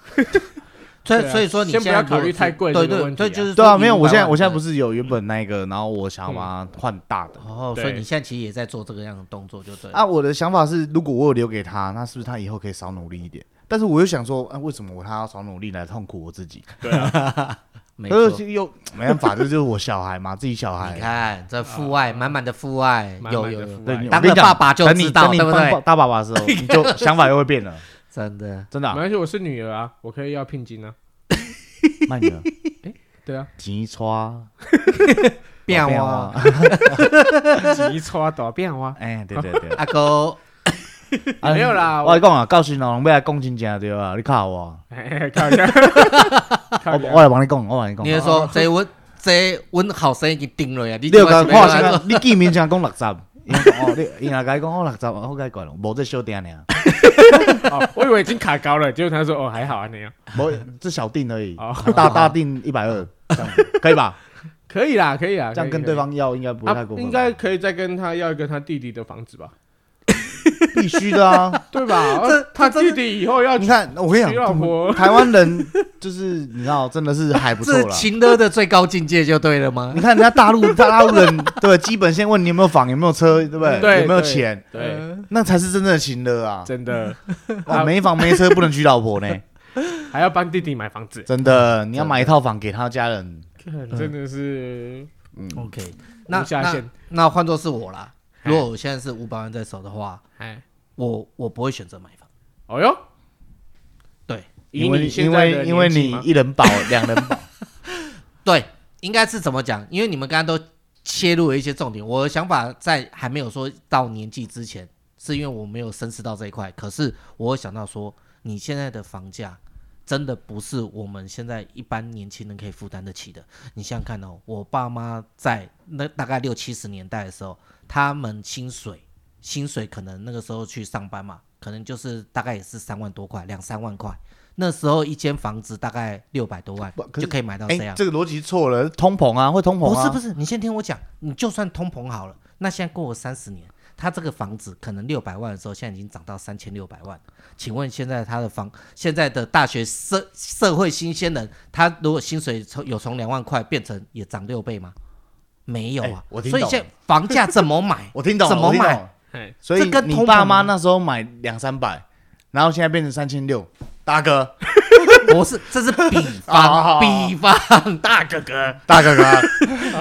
S1: 所以
S2: 对啊
S1: 所以说你
S2: 先
S1: 现在
S2: 不要
S1: 如果
S2: 考虑太贵
S1: 对
S2: 这个
S1: 对
S2: 问题
S1: 对，
S2: 啊
S1: 就是
S3: 对啊，
S1: 说
S3: 没有，
S1: 你
S3: 我现在
S1: 500
S3: 我现在
S1: 万
S3: 不是有原本那个，然后我
S1: 嗯
S3: 想要把它换大的。
S1: 哦，所以
S2: 对
S1: 你现在其实也在做这个样的动作，就对了。
S3: 啊，我的想法是，如果我有留给他，那是不是他以后可以少努力一点？但是我又想说，啊，为什么我他要少努力来痛苦我自己？
S2: 对 啊，
S1: 没
S3: 可
S1: 错，
S3: 是又没办法，这就是我小孩嘛，自己小
S1: 你
S3: 孩。
S1: 看这父
S3: 啊
S1: 爱满满的父爱，
S2: 满
S1: 有
S2: 满
S1: 有
S2: 的
S1: 有，
S2: 父
S3: 对，你啊
S1: 当
S2: 爱。
S3: 我跟你
S1: 了
S3: 讲
S1: 爸爸就
S3: 等你
S1: 知道
S3: 当你
S1: 对不对
S3: 当大爸爸的时候， 你就想法又会变了，
S1: 真的
S3: 真的啊、
S2: 没关系，我是女儿啊，我可以要聘金啊。
S3: 慢点，
S2: 对 啊，
S3: 急刷
S1: 变
S3: 变
S1: 哦
S3: 啊。！
S2: 急差大变 啊！
S3: 哎，对对 对，
S1: 阿哥，
S3: 啊
S2: 没有啦
S3: 我跟你讲啊，到时候人要来讲真正对啊，你靠我，啊
S2: 哎，看 一下，
S3: 我
S2: 看一
S3: 我
S2: 下，
S3: 来帮你讲，我帮你
S1: 你
S3: 讲。啊
S1: 是说这我这阮后生已经定了呀？你
S3: 哦你有甲
S1: 现在
S3: 看
S1: 是要
S3: 啥？你见面才讲六十， 伊讲哦，你伊 若甲伊讲哦六十，好解怪咯，无这小店尔，
S2: 哦，我以为已经卡高了，结果他说哦还好啊那样，
S3: 无这小定而已
S2: 哦，
S3: 大大定一百二，这样子可 以吧？
S2: 可以啦，可以啦，
S3: 这
S2: 可以
S3: 样跟
S2: 可以
S3: 对方要应该不会
S2: 啊
S3: 太过分吧，
S2: 应该可以再跟他要一个他弟弟的房子吧，
S3: 必须的啊。
S2: 对吧？
S1: 这
S2: 啊他弟弟以后要
S3: 你看，我跟你
S2: 娶老
S3: 讲，
S2: 婆，
S3: 台湾人就是你知道，真的是还 不错
S1: 这
S3: 啦。
S1: 情勒的最高境界就对了吗
S3: 你？看人家大陆，大陆人对，基本先问你有没有房，有没有车，对不对？
S2: 对
S3: 有没有
S2: 对
S3: 钱，嗯
S2: 对，
S3: 那才是真正的情的啊！
S2: 真的
S3: 哇
S2: 啊
S3: 没房没车不能娶老 婆呢，
S2: 还要帮弟弟买房子，
S3: 真的，你要买一套房给他家人。
S2: 看真的是
S3: 嗯
S1: OK，
S2: 无
S1: 嗯那
S2: 下
S1: 那
S2: 限
S1: 那换作是我啦，
S2: 嗨
S1: 如果我现在是五百万在手的话，
S2: 哎，
S1: 我我不会选择买房。
S2: 哦哟，
S1: 对
S2: 以
S3: 因为
S2: 你现
S3: 因
S2: 在
S3: 为
S2: 的
S3: 因为
S2: 年纪
S3: 你
S2: 吗
S3: 一人保两人保，
S1: 对，应该是怎么讲？因为你们刚刚都切入了一些重点，我的想法在还没有说到年纪之前，是因为我没有深思到这一块。可是我有想到说，你现在的房价真的不是我们现在一般年轻人可以负担得起的。你想想看哦，我爸妈在那大概六七十年代的时候，他们薪水薪水可能那个时候去上班嘛，可能就是大概也是三万多块，两三万块。那时候一间房子大概六百多万
S3: 不可是
S1: 就可以买到这
S3: 哎，
S1: 样。
S3: 这个逻辑错了，通膨啊，会通膨
S1: 不是
S3: 啊，
S1: 不
S3: 是
S1: 是，你先听我讲，你就算通膨好了，那现在过了三十年，他这个房子可能六百万的时候，现在已经涨到三千六百万。请问现在他的房，现在的大学社社会新鲜人，他如果薪水从有从两万块变成也涨六倍吗？没有啊
S3: 哎，我听
S1: 所以
S3: 懂？
S1: 现在房价怎么买
S3: 我听懂了，
S1: 怎么
S3: 我听懂
S1: 买
S3: 了？
S2: 哎，
S3: 所以
S1: 这跟
S3: 你
S1: 通膨
S3: 爸妈那时候买两三百，然后现在变成三千六，大哥，啊
S1: 不是，这是比
S3: 好好
S1: 方，
S3: 好
S1: 比方，大哥哥，
S3: 大哥哥，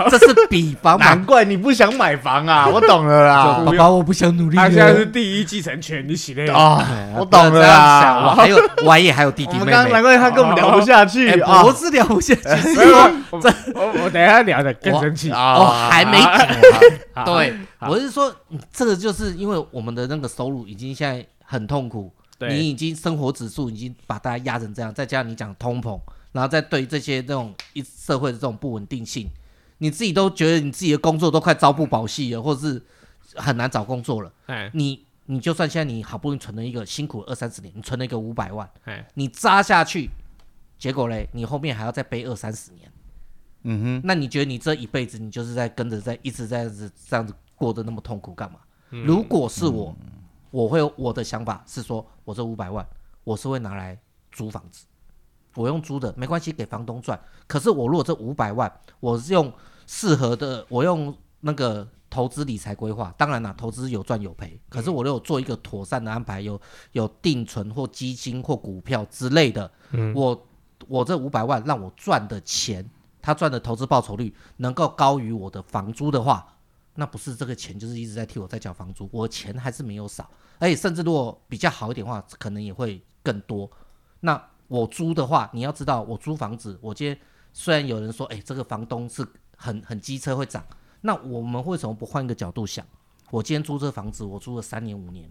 S1: 这是比方嘛
S3: 难？怪你不想买 房啊！我懂了啦，
S1: 爸爸，我不想努力
S2: 他现在是
S1: 了。
S2: 第一继承权，你洗嘞？
S1: 哎
S3: 啊，
S1: 呀
S3: 我
S1: 不要
S3: 懂了
S1: 这样想我
S3: 啦。
S1: 还有，我还也还有弟
S3: 我
S1: 弟
S3: 们
S1: 妹
S3: 刚刚
S1: 妹
S3: 难。怪他跟我们聊不下去
S1: 哎、
S3: 啊
S1: 不是聊不下去， 是
S2: 没有，我我我等一下聊的更生气。啊
S3: 啊
S1: 哦，还没
S3: 啊
S1: 讲
S2: 好
S1: 完。对，
S2: 好
S1: 我是说，嗯这个就是因为我们的那个收入已经现在很痛苦，你
S2: 对，
S1: 已经生活指数已经把大家压成这样，再加上你讲通膨，然后再对这些这种一社会的这种不稳定性，你自己都觉得你自己的工作都快朝不保夕了，或者是很难找工作了。
S2: 哎
S1: 你你就算现在你好不容易存了一个辛苦二三十年，你存了一个五百万，
S2: 哎，
S1: 你扎下去，结果嘞，你后面还要再背二三十年。
S3: 嗯
S1: 那你觉得你这一辈子你就是在跟着在一直在这样子这样子过得那么痛苦干嘛？如果是我，我会我的想法是说，我这五百万我是会拿来租房子，我用租的没关系，给房东赚。可是我如果这五百万，我是用适合的，我用那个投资理财规划，当然啦，投资有赚有赔，可是我如果做一个妥善的安排，有有定存或基金或股票之类的，我我这五百万让我赚的钱，他赚的投资报酬率能够高于我的房租的话，那不是这个钱就是一直在替我在缴房租，我钱还是没有少，而且甚至如果比较好一点的话，可能也会更多。那我租的话，你要知道，我租房子，我今天虽然有人说，哎、这个房东是很很机车会涨，那我们为什么不换一个角度想？我今天租这房子，我租了三年五年，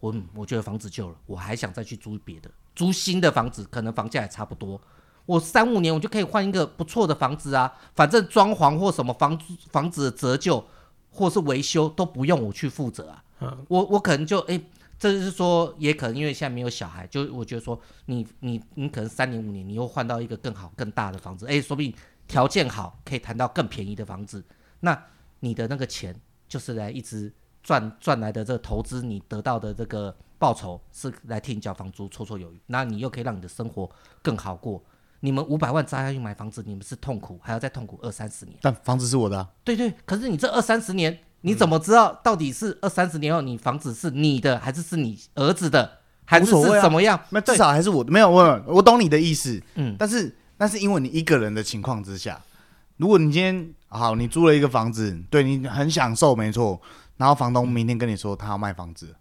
S1: 我嗯我觉得房子旧了，我还想再去租别的，租新的房子，可能房价也差不多。我三五年我就可以换一个不错的房子啊，反正装潢或什么房租房子的折旧或是维修都不用我去负责啊。我我可能就哎、这就是说，也可能因为现在没有小孩，就我觉得说你你你可能三年五年你又换到一个更好更大的房子，哎、说不定条件好可以谈到更便宜的房子，那你的那个钱就是来一直赚赚来的这个投资，你得到的这个报酬是来替你缴房租，绰绰有余。那你又可以让你的生活更好过。你们五百万砸下去买房子，你们是痛苦，还要再痛苦二三十年。
S3: 但房子是我的啊，
S1: 对对，可是你这二三十年，你怎么知道到底是二三十年后你房子是你的，还是是你儿子的，还是
S3: 无所谓
S1: 是
S3: 啊
S1: 怎么样？
S3: 那
S1: 对
S3: 至少还是我的。没有，我我懂你的意思，
S1: 嗯
S3: 但是那是因为你一个人的情况之下，如果你今天好，你租了一个房子，对你很享受，没错。然后房东明天跟你说他要卖房子，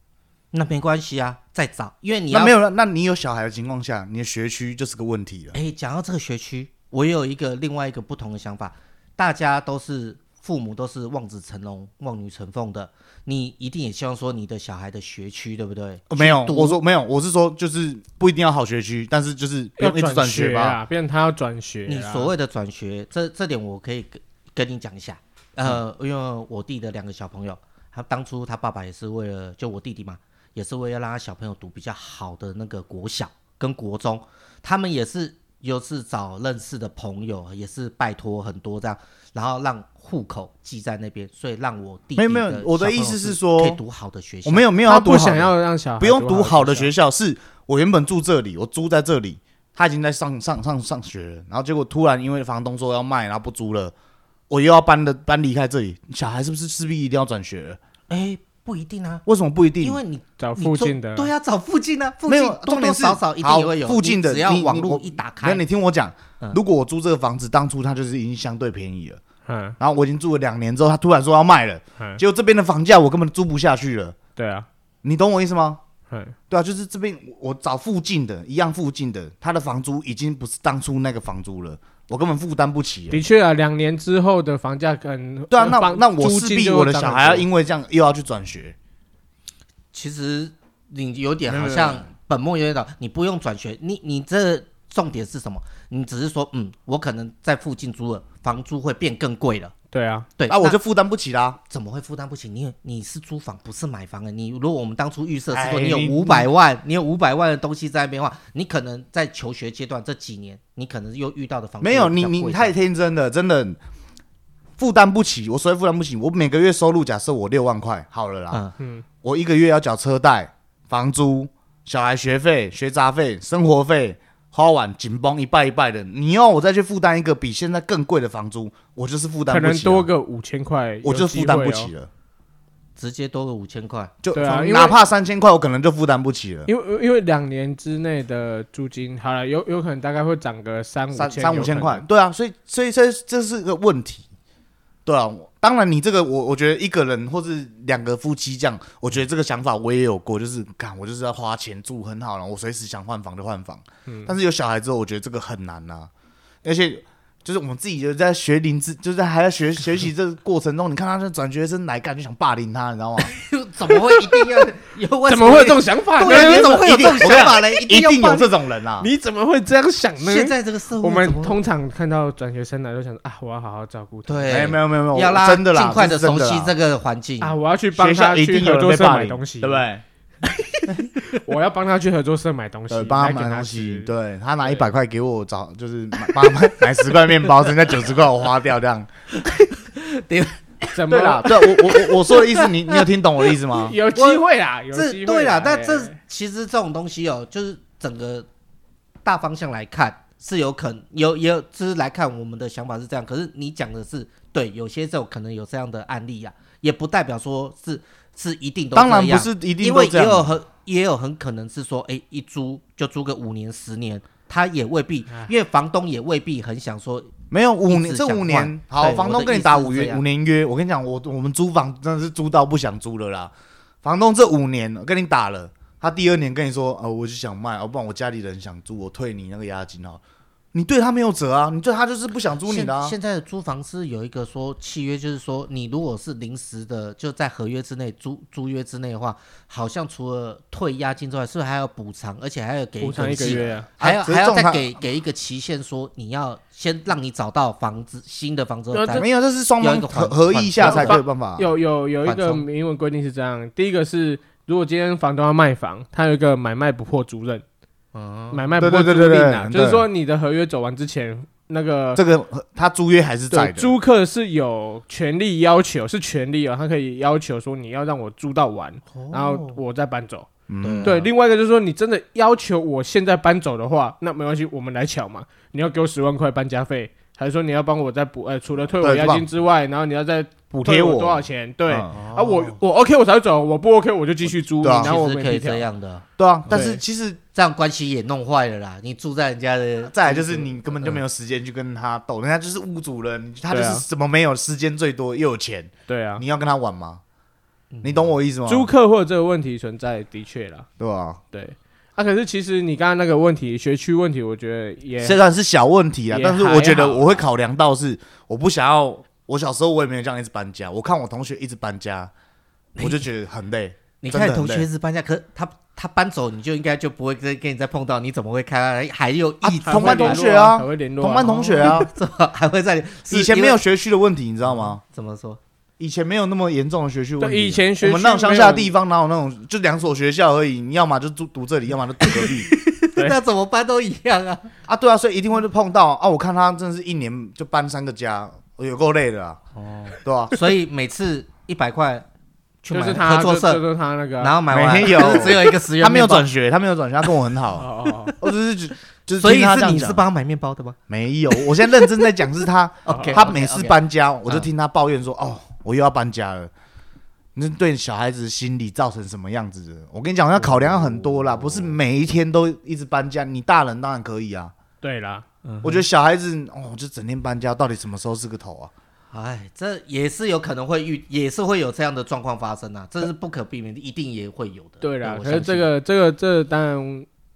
S1: 那没关系啊，再找，因为你
S3: 那
S1: 要
S3: 没有了，那你有小孩的情况下，你的学区就是个问题了。
S1: 哎，讲到这个学区，我也有一个另外一个不同的想法。大家都是父母都是望子成龙、望女成凤的，你一定也希望说你的小孩的学区，对不对？
S3: 哦没有，
S1: 读
S3: 我说没有，我是说就是不一定要好学区，但是就是不
S2: 要
S3: 用一直
S2: 转
S3: 转学
S2: 学
S3: 吧。
S2: 啊，变成他要转学啊。
S1: 你所谓的转学，这这点我可以跟跟你讲一下。呃，
S3: 嗯
S1: 因为我弟的两个小朋友，他当初他爸爸也是为了就我弟弟嘛，也是为了让他小朋友读比较好的那个国小跟国中，他们也是有是找认识的朋友，也是拜托很多这样，然后让户口寄在那边，所以让我弟弟
S3: 没有没有
S1: 的
S3: 我的
S1: 小朋
S3: 意
S1: 友
S3: 思是
S1: 是
S3: 说
S1: 可以读好的学校。
S3: 我没有没有
S2: 他
S3: 要读
S2: 不
S3: 好
S2: 想
S3: 的
S2: 要让小孩
S3: 不用啊读好的
S2: 校
S3: 学校，是我原本住这里，我租在这里，他已经在上上上上学了，然后结果突然因为房东说要卖，然后不租了，我又要搬的搬离开这里，小孩是不是势必一定要转学了？
S1: 哎，不一定啊，
S3: 为什么不一定？
S1: 因为你
S2: 找
S1: 你
S2: 附
S1: 做
S2: 近的
S1: 对啊，找附近啊，附
S3: 没
S1: 近
S3: 有
S1: 多
S3: 重
S1: 多
S3: 点是
S1: 少少一定
S3: 好
S1: 也会有，
S3: 附近的
S1: 你只要
S3: 你
S1: 网
S3: 你
S1: 络
S3: 我
S1: 一打开
S3: 那，你听我讲
S1: 嗯，
S3: 如果我租这个房子，当初它就是已经相对便宜了，
S2: 嗯
S3: 然后我已经住了两年之后，他突然说要卖了，
S2: 嗯，
S3: 结果这边的房价我根本租不下去了，
S2: 对啊，
S3: 你懂我意思吗？
S2: 嗯
S3: 对啊，就是这边我我找附近的一样附近的，他的房租已经不是当初那个房租了，我根本负担不起了。
S2: 的确啊，两年之后的房价可能
S3: 对啊，那
S2: 房
S3: 那我
S2: 呃租
S3: 势
S2: 金
S3: 必
S2: 就会
S3: 我的
S2: 涨
S3: 小
S2: 很
S3: 孩要
S2: 多
S3: 因为这样又要去转学，
S1: 其实你有点
S3: 没有
S1: 好像本末有点倒，你不用转学，你你这重点是什么？你只是说，嗯，我可能在附近租了，房租会变更贵了。
S2: 对啊，
S1: 对，
S3: 啊，我
S1: 那
S3: 就负担不起啦。
S1: 怎么会负担不起？你你是租房，不是买房的。你如果我们当初预设是说
S3: 哎
S1: 你有
S3: 你
S1: 五百万，你有五百万的东西在那边的话，你可能在求学阶段这几年，你可能又遇到
S2: 嗯
S1: 的房
S3: 没有你你太天真了，真的负担不起。我所谓负担不起，我每个月收入假设我六万块好了啦，
S1: 啊，嗯
S3: 我一个月要缴车贷、房租、小孩学费、学杂费、生活费，花完紧绷一拜一拜的。你要我再去负担一个比现在更贵的房租，我就是负
S2: 可
S3: 担不
S2: 能
S3: 起、
S2: 多
S3: 啊，
S2: 个五千块，
S3: 我就负担不起
S2: 了。
S3: 了。
S1: 直接多个五千块。
S3: 就
S2: 对啊
S3: 从
S2: 因为
S3: 哪怕三千块，我可能就负担不起了。
S2: 因为因为两年之内的租金，好了，有有可能大概会涨个三五
S3: 三
S2: 千，
S3: 三五
S2: 有可
S3: 千
S2: 能
S3: 块，，对啊，所以所以这这是个问题，对啊，我当然你这个我我觉得一个人或是两个夫妻这样，我觉得这个想法我也有过，就是看我就是要花钱住很好，然后我随时想换房就换房，
S1: 嗯
S3: 但是有小孩之后，我觉得这个很难呐、啊而且。就是我们自己就在学龄之，就是在还在学学习这个过程中，你看他这转学生来干就想霸凌他，你知道吗？
S1: 怎么会一定要？有
S2: 怎么会有这？种想法
S1: 为什么 对啊，
S2: 呢？
S1: 你怎么会有这种
S3: 一定
S1: 想法呢？一
S3: 一
S1: 定要
S3: 定有
S1: 办
S3: 这种人啊！
S2: 你怎么会这样想呢？
S1: 现在这个社会怎
S2: 我
S1: 么
S2: 们
S1: 会，
S2: 通常看到转学生来，都想说啊，我要好好照顾他，
S1: 对
S3: 没有没有没有没有，
S1: 要拉
S3: 真的啦，
S1: 尽快的
S3: 这是
S1: 熟
S3: 真的
S1: 悉
S3: 啦
S1: 这个环境
S2: 啊，我要去帮
S3: 学校
S2: 他
S3: 一
S2: 去
S3: 定
S2: 合
S3: 有人
S2: 作
S3: 被
S2: 社
S3: 霸
S2: 买
S3: 凌，
S2: 东西，
S3: 对不？对？
S2: 我要帮他去合作社买东西
S3: 呃，，帮他
S2: 来给
S3: 买
S2: 他
S3: 东西
S2: 吃，
S3: 对他拿
S2: 对
S3: 一百块给我找，就是买帮他买 买十块面包，剩下九十块我花掉这样。
S2: 怎么
S3: 对啦，
S2: 了？
S3: 对我我我我说的意思，你你有听懂我的意思吗？
S2: 有机会啦，有
S1: 这
S2: 机会
S1: 对啦，但
S2: 哎
S1: 这其实这种东西哦，就是整个大方向来看是有可能有也有，就是来看我们的想法是这样。可是你讲的是对，有些时候可能有这样的案例啊，也不代表说是是一定都
S3: 当然
S1: 这
S3: 不
S1: 样
S3: 是一定
S1: 因
S3: 都
S1: 为
S3: 这
S1: 也有
S3: 样，
S1: 很也有很可能是说，哎，一租就租个五年十年，他也未必
S2: 唉，
S1: 因为房东也未必很想说，
S3: 没有五
S1: 一
S3: 年
S1: 直
S3: 这
S1: 想
S3: 五
S1: 换
S3: 年，好，
S1: 对
S3: 房
S1: 我
S3: 东
S1: 的
S3: 跟
S1: 意
S3: 你
S1: 思
S3: 打
S1: 是
S3: 五
S1: 这
S3: 约
S1: 样
S3: 五年约，我跟你讲，我我们租房真的是租到不想租了啦。房东这五年跟你打了，他第二年跟你说，哦，我就想卖，要、不然我家里人想租，我退你那个押金哦。你对他没有责啊，你对他就是不想租你
S1: 现
S3: 的、啊。
S1: 现在的租房是有一个说契约，就是说你如果是临时的，就在合约之内、租租约之内的话，好像除了退押金之外，是不是还要补偿，而且还要给
S2: 补偿一个
S1: 期
S2: 月啊，
S1: 还要、
S3: 啊只是
S1: 还要
S3: 重
S1: 再
S3: 他
S1: 给给一个期限，说你要先让你找到房子新的房子后
S2: 呃
S1: 再
S2: 这
S3: 没有，这是双
S1: 有
S3: 方
S1: 一个
S3: 合
S1: 缓
S3: 合议下
S1: 缓
S3: 才
S2: 冲
S3: 有办法、啊。
S2: 有有有一
S1: 缓
S2: 个
S1: 冲
S2: 明文规定是这样，第一个是如果今天房东要卖房，他有一个买卖不破租赁，
S1: 哦
S2: 买卖不
S3: 对
S2: 破租
S3: 对对对
S2: 赁啊，
S3: 对
S2: 就是说你的合约走完之前，那个
S3: 这个呃他租约还是在
S2: 对
S3: 的，
S2: 租客是有权利要求，是权利啊，他可以要求说你要让我租到完，然后我再搬走。
S1: 哦
S3: 嗯
S1: 对啊
S2: 对，另外一个就是说你真的要求我现在搬走的话，那没关系，我们来抢嘛。你要给我十万块搬家费，还是说你要帮我再补？呃，除了退我
S3: 对
S2: 押
S3: 是吧
S2: 金之外，然后你要再
S3: 补
S2: 退
S3: 贴
S2: 我
S3: 我
S2: 多少？钱？对。
S3: 嗯
S2: 啊，我我 OK 我才会走，我不 OK 我就继续租，
S3: 对啊
S2: 然后我
S1: 其实
S2: 们
S1: 可以这，样的，
S3: 对啊，但
S2: 对
S3: 是其实
S1: 这样关系也弄坏了啦。你住在人家的，
S3: 再来就是你根本就没有时间去跟他斗，人家就是屋主人，他就
S2: 对
S3: 是
S2: 啊
S3: 什么没有时间最多又有钱，
S2: 对啊，
S3: 你要跟他玩吗？你懂我意思吗？
S2: 租客或者这个问题存在的确啦，
S3: 对吧？
S2: 对。啊，可是其实你刚刚那个问题，学区问题，我觉得也
S3: 虽然是小问题啊
S2: 也，
S3: 但是我觉得
S2: 还好啦
S3: 我会考量到是我不想要，我小时候我也没有这样一直搬家，我看我同学一直搬家，我就觉得很 累。
S1: 你
S3: 真的
S1: 看
S3: 很
S1: 同
S3: 累
S1: 学是搬家，可他他搬走，你就应该就不会再跟你再碰到，你怎么会看他还有
S3: 啊
S1: 一直
S3: 同
S1: 会
S3: 班同
S1: 联
S3: 学啊
S2: 还会联络啊，
S3: 同班同 学啊，
S1: 怎么还会在
S3: 以前没有学区的问题，你知道吗？
S1: 怎么说？
S3: 以前没有那么严重的学区问
S2: 对
S3: 题。
S2: 以前学区
S3: 我们那种乡下的地方，哪有那种就两所学校而已？你要么就住读这里，要么就读隔壁
S2: 对
S1: 那怎么搬都一样啊。
S3: 啊。对啊，所以一定会碰到啊。我看他真的是一年就搬三个家，有够累的啊。哦，对吧、
S1: 所以每次一百块去
S2: 就
S1: 买
S2: 是他
S1: 合作
S2: 就
S1: 社，
S2: 就是他那个啊，
S1: 然后买完
S3: 没有
S1: 就是只有一个十元，
S3: 他没有，转学，他没有转学，他跟我 很好。
S2: 哦哦哦
S3: 我只是觉就是
S1: 所以
S3: 听他这
S1: 是
S3: 样
S1: 你
S3: 讲
S1: 是帮他买面包的吗
S3: 没有。我现在认真在讲是他，
S2: 哦
S1: ？OK，
S3: 他每次
S1: OK，OK
S3: 搬家，
S2: 嗯
S3: 我就听他抱怨说：“哦，我又要搬家了。”那对小孩子心理造成什么样子的？我跟你讲，要考量很多
S2: 嗯
S3: 啦，不是每一天都一直搬家。你大人当然可以啊，
S2: 对啦，
S3: 我觉得小孩子哦，就整天搬家，到底什么时候是个头啊？
S1: 哎，这也是有可能会遇，也是会有这样的状况发生啊，这是不可避免，一定也会有的。
S2: 对啦，
S1: 我
S2: 可
S1: 相
S2: 是
S1: 信
S2: 这个这个这当然，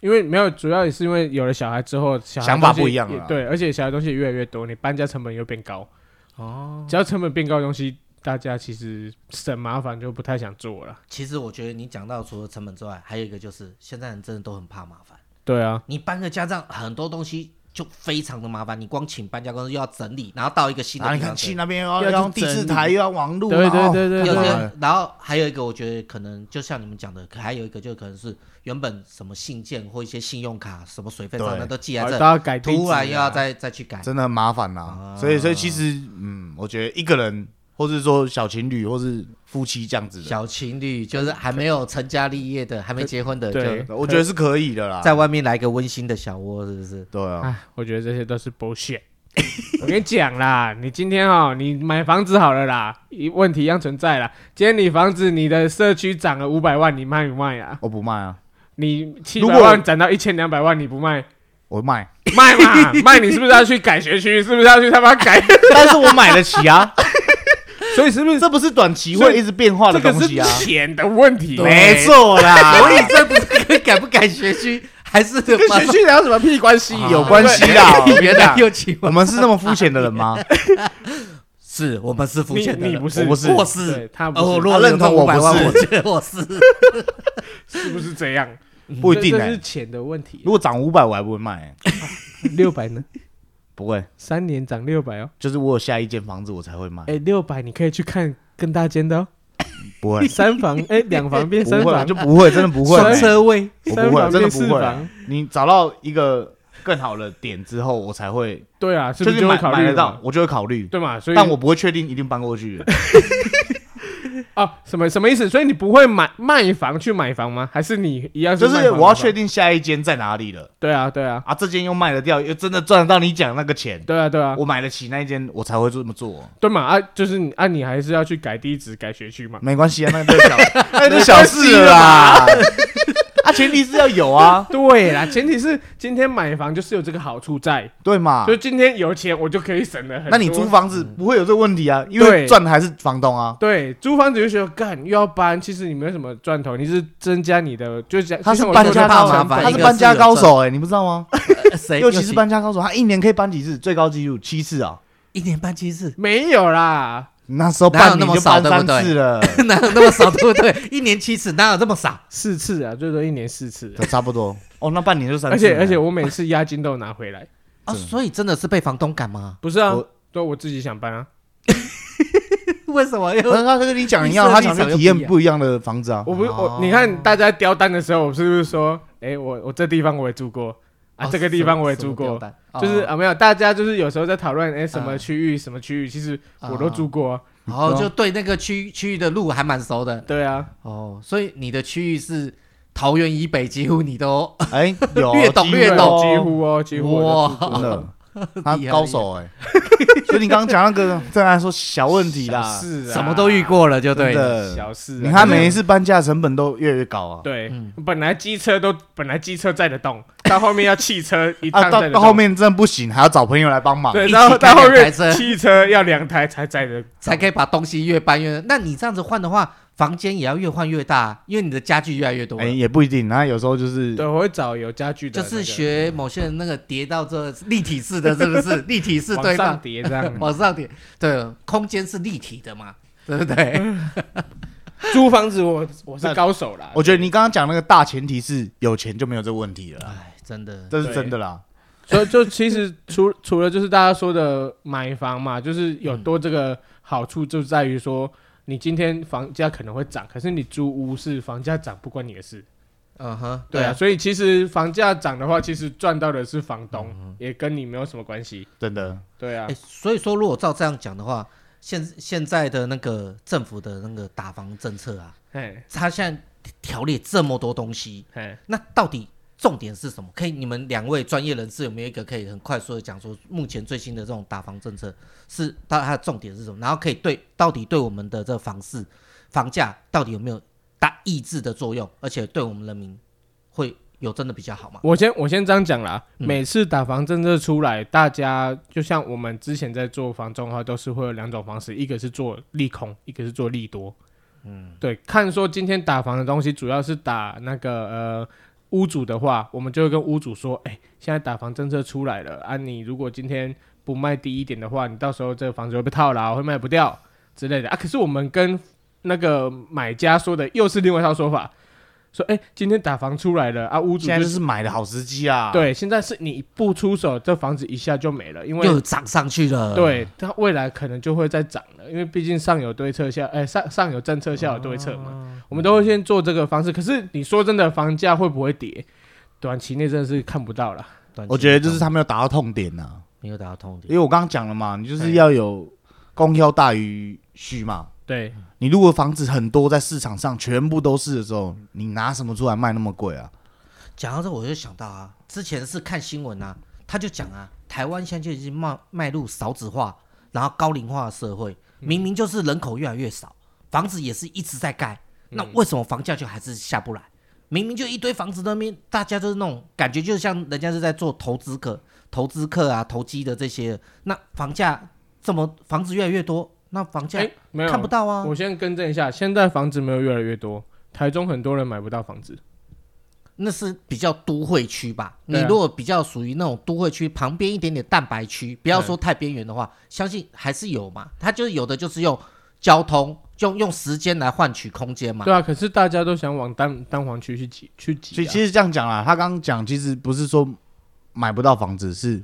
S2: 因为没有，主要也是因为有了小孩之后，小孩
S3: 想法
S2: 东西
S3: 不一样了
S2: 也
S3: 啦
S2: 对，而且小孩东西也越来越多，你搬家成本又变高。哦，只要成本变高的东西，大家其实省麻烦就不太想做了。
S1: 其实我觉得你讲到除了成本之外，还有一个就是现在人真的都很怕麻烦。
S2: 对啊，
S1: 你搬个家这样很多东西就非常的麻烦，你光请搬家公司又要整理，然后到一个新
S3: 然后
S1: 的
S3: 你
S1: 地
S3: 看
S1: 方
S3: 去
S1: 去，
S3: 那边又要
S2: 要去
S3: 要用第四台，又要网路，
S2: 对对
S3: 然后
S2: 对对
S1: 有
S2: 对
S3: 啊
S1: 些，然后还有一个我觉得可能就像你们讲的，可还有一个就可能是原本什么信件或一些信用卡、什么水费账
S3: 对
S1: 单都记在
S2: 好
S1: 哎这
S2: 都，要改地址啊，
S1: 突然又要再再去改，
S3: 真的很麻烦
S2: 啊
S3: 啦。所以所以其实嗯，我觉得一个人，或是说小情侣，或是夫妻这样子的，
S1: 小情侣就是还没有成家立业的，还没结婚的，
S2: 对
S1: 就
S3: 我觉得是可以的啦。
S1: 在外面来个温馨的小窝，是不是？
S3: 对啊，
S2: 哎，我觉得这些都是 bullshit。我 跟你讲啦，你今天哦，你买房子好了啦，一问题一样存在啦。今天你房子，你的社区涨了五百万，你卖不卖啊？
S3: 我不卖啊，
S2: 你七
S3: 如
S2: 百
S3: 果
S2: 万涨到一千两百万，你不卖，
S3: 我卖，
S2: 卖嘛？卖你是不是要去改学区？是不是要去他妈 改？
S3: 但是我买得起啊，
S2: 所以是不是
S3: 这不是短期会一直变化
S2: 这个
S3: 的东
S2: 是
S3: 西 啊。
S2: 钱的问题？
S3: 没错啦，
S1: 所以哎 这不是跟改不改学区， 还是
S3: 跟学区有什么屁关
S2: 啊
S3: 系？有关系啦，
S1: 的原来
S3: 有。
S1: 又起
S3: 我们是那么肤浅的人吗？
S1: 是我们是肤
S2: 你
S1: 浅的人，
S2: 你不
S3: 我
S2: 是
S3: 不是
S1: 我
S2: 对
S1: 是，
S2: 他不
S1: 呃我
S2: 是，
S1: 若
S3: 认同
S1: 五
S3: 我
S1: 百万，
S3: 不是
S1: 我觉得我 是。
S2: 是不是这样？
S3: 不一定
S2: 这这
S3: 哎
S2: 是。钱的问题
S3: 如。果涨五百，我还不会卖欸。
S2: 六百呢？
S3: 不会，
S2: 三年涨六 百哦。
S3: 就是我有下一间房子，我才 会卖。
S2: 哎，六百你可以去看更大间的哦。
S3: 不会，
S2: 三房哎，两房变
S3: 不
S2: 三
S3: 会，
S2: 房
S3: 就，不会，真的不会
S2: 双
S3: 欸。
S1: 车位，
S3: 我
S2: 三
S3: 不会，
S2: 房
S3: 真的
S2: 变
S3: 不
S2: 四
S3: 会啊
S2: 房。。
S3: 你找到一个更好的点之后，我才会，
S2: 对啊，是
S3: 就
S2: 不是
S3: 是
S2: 就会
S3: 买
S2: 考
S3: 买
S2: 虑
S3: 得
S2: 了
S3: 到
S2: 嘛？，
S3: 我就会考虑。
S2: 对嘛？所以
S3: 但我不会确定一定搬 过去，
S2: 哦，什么什么意思？所以你不会买卖房去买房吗？还是你一样
S3: 就
S2: 卖
S3: 是
S2: 房
S3: 我要
S2: 买房
S3: 确定下一间在哪里了
S2: 对啊，对啊，
S3: 啊，这间又卖得掉，又真的赚得到你讲那个钱，
S2: 对啊，对啊，
S3: 我买得起那一间，我才会这么做。
S2: 对嘛啊，就是你啊，你还是要去改地址、改学区嘛。
S3: 没关系啊， 那个就是小，那个就是小事了啦。 啊，前提是要有啊，
S2: 对啦，前提是今天买房就是有这个好处在，
S3: 对嘛
S2: 就？今天有钱我就可以省了很多。
S3: 啊那你租房子不会有这个问题啊，因为
S2: 对
S3: 赚的还是房东啊，
S2: 对租房子就觉得干又要搬，其实你没有什么赚头，你是增加你的，就是讲
S3: 他是
S2: 就像我
S3: 搬
S2: 说的
S3: 家
S1: 怕
S3: 高
S1: 麻
S3: 手，
S2: 成本
S1: 烦
S3: 他
S1: 一
S3: 是
S1: 个
S3: 搬家
S1: 是有
S3: 高
S1: 赚
S3: 手哎、你不知道吗？
S1: 呃谁？
S3: 尤其是搬家高手，他一年可以搬几次？最高纪录七次啊！
S1: 一年搬七次，
S2: 没有啦，
S3: 那时候
S1: 哪有
S3: 半
S1: 那
S3: 年
S1: 么
S3: 就
S1: 少
S3: 搬
S1: 对不
S3: 三
S1: 对
S3: 次了，
S1: 哪有那么少，对不对？ 一年七次，哪有这么少？
S2: 四次啊，最多一年四次啊，
S3: 差不多哦。那半年就三次，
S2: 而且而且我每次押金都有拿回来，
S1: 啊，所以真的是被房东赶吗？
S2: 不是啊
S3: 我，
S2: 都我自己想搬啊，
S1: 为什么又
S3: 那他跟你讲一
S1: 预
S3: 样，
S1: 设
S3: 他
S1: 立
S3: 想
S1: 场
S3: 去
S1: 又
S3: 体
S1: 不
S3: 验
S1: 一样
S3: 不一样的房子啊。
S2: 我不
S1: 哦
S2: 我你看大家刁单的时候，我是不是说，哎，我我这地方我也住过
S3: 哦
S2: 啊，这个地方我也住过，，
S1: 哦
S2: 就是啊，没有，大家就是有时候在讨论哎什么
S1: 嗯
S2: 区域什么区域，其实我都住过啊。
S1: 然后哦就对那个区区域的路还蛮熟的
S2: 对啊，
S1: 哦。所以你的区域是桃园以北，几乎你都
S3: 哎，有
S1: 略懂
S3: 机会
S1: 略懂
S3: 哦
S2: 几乎哦，几乎我 都住过
S3: 真的，他
S1: 厉害
S3: 高手哎。所以你刚刚讲那个，再来说小问题啦，
S2: 是啊，
S1: 什么都遇过了，就对
S3: 真
S1: 了。
S3: 的。
S2: 小事啊。
S3: 你看每一
S2: 次
S3: 次搬家的成本都越来越高啊。
S2: 对
S1: 嗯，
S2: 本来机车都本来机车载得动，到后面要汽车一
S3: 啊，
S2: 趟载
S3: 到
S2: 得
S3: 到
S2: 动
S3: 后。面真的不行，还要找朋友来帮忙。
S2: 对，
S1: 一起
S2: 然后
S1: 开
S2: 到后
S1: 两台
S2: 面
S1: 车
S2: 汽车要两台才载得，
S1: 才可以把东西越搬越。那你这样子换的话，房间也要越换越大，因为你的家具越来越多了
S3: 哎，。也不一定。然后有时候就是
S2: 对，我会找有家具的
S1: 就
S2: 那个，
S1: 是学某些人那个叠到这立体式的，是不 是？立体式
S2: 往
S1: 对
S2: 上
S1: 吧？
S2: 叠这样。
S1: 往上叠，对，空间是立体的嘛，对不对？
S2: 租房子我我是高手啦，
S3: 我觉得你刚刚讲那个大前提是有钱就没有这个问题了啦，
S1: 哎，真的，
S3: 这是真的啦。
S2: 所以就其实除除了就是大家说的买房嘛，就是有多这个好处就在于说，你今天房价可能会涨，可是你租屋是房价涨不关你的事。
S1: 嗯哼，
S2: 对啊，，所以其实房价涨的话，其实赚到的是房东，也跟你没有什么关系。
S3: 真的，
S2: 对啊
S1: 哎，，所以说如果照这样讲的话，现现在的那个政府的那个打房政策啊，
S2: 哎
S1: 它现在条列这么多东西，
S2: 哎，
S1: 那到底重点是什么？可以，你们两位专业人士有没有一个可以很快速的讲说，目前最新的这种打房政策是它它的重点是什么？然后可以对到底对我们的这房市房价到底有没有打抑制的作用？而且对我们人民会有真的比较好吗？
S2: 我先我先这样讲啦，
S3: 嗯
S2: 每次打房政策出来，大家就像我们之前在做房仲的话，都是会有两种方式，一个是做利空，一个是做利多。嗯，对，看说今天打房的东西主要是打那个呃屋主的话，我们就会跟屋主说，哎、现在打房政策出来了啊，你如果今天不卖低一点的话，你到时候这个房子会被套牢，会卖不掉之类的啊。可是我们跟那个买家说的又是另外一套说法，说哎、今天打房出来了啊，屋主
S3: 现在
S2: 就
S3: 就是买的好时机啊。，
S2: 对，现在是你不出手，这房子一下就没了，因为
S1: 又涨上去了，，
S2: 对它未来可能就会再涨了，因为毕竟上有对策下，哎、上上有政策，下有对策嘛，我们都会先做这个方式。可是你说真的，房价会不会跌？短期内真的是看不到了。
S3: 我觉得就是他没有达到痛点呐、
S1: 没有打到痛点
S3: 因。为我刚刚讲了嘛，你就是要有供要大于需嘛。
S2: 对，
S3: 你如果房子很多在市场上全部都是的时候，你拿什么出来卖那么贵啊？
S1: 讲到这，我就想到啊，之前是看新闻啊，他就讲啊，台湾现在就已经迈迈入少子化，然后高龄化的社会，
S2: 嗯
S1: 明明就是人口越来越少，房子也是一直在盖，
S2: 嗯
S1: 那为什么房价就还是下不来？明明就一堆房子那边，大家就是那种感觉，就像人家是在做投资客、投资客啊、投机的这些，那房价这么房子越来越多，那房价
S2: 哎、没有
S1: 看不到啊。
S2: 我先更正一下，现在房子没有越来越多，台中很多人买不到房子。
S1: 那是比较都会区吧？
S2: 对
S1: 你
S2: 啊
S1: 如果比较属于那种都会区旁边一点点蛋白区，不要说太边缘的话，相信还是有嘛。它就是有的就是用交通，用用时间来换取空间嘛。
S2: 对啊，可是大家都想往蛋蛋黄区去挤，去
S3: 所
S2: 挤、
S3: 以
S2: 啊。
S3: 其实这样讲啦，他刚刚讲其实不是说买不到房子，是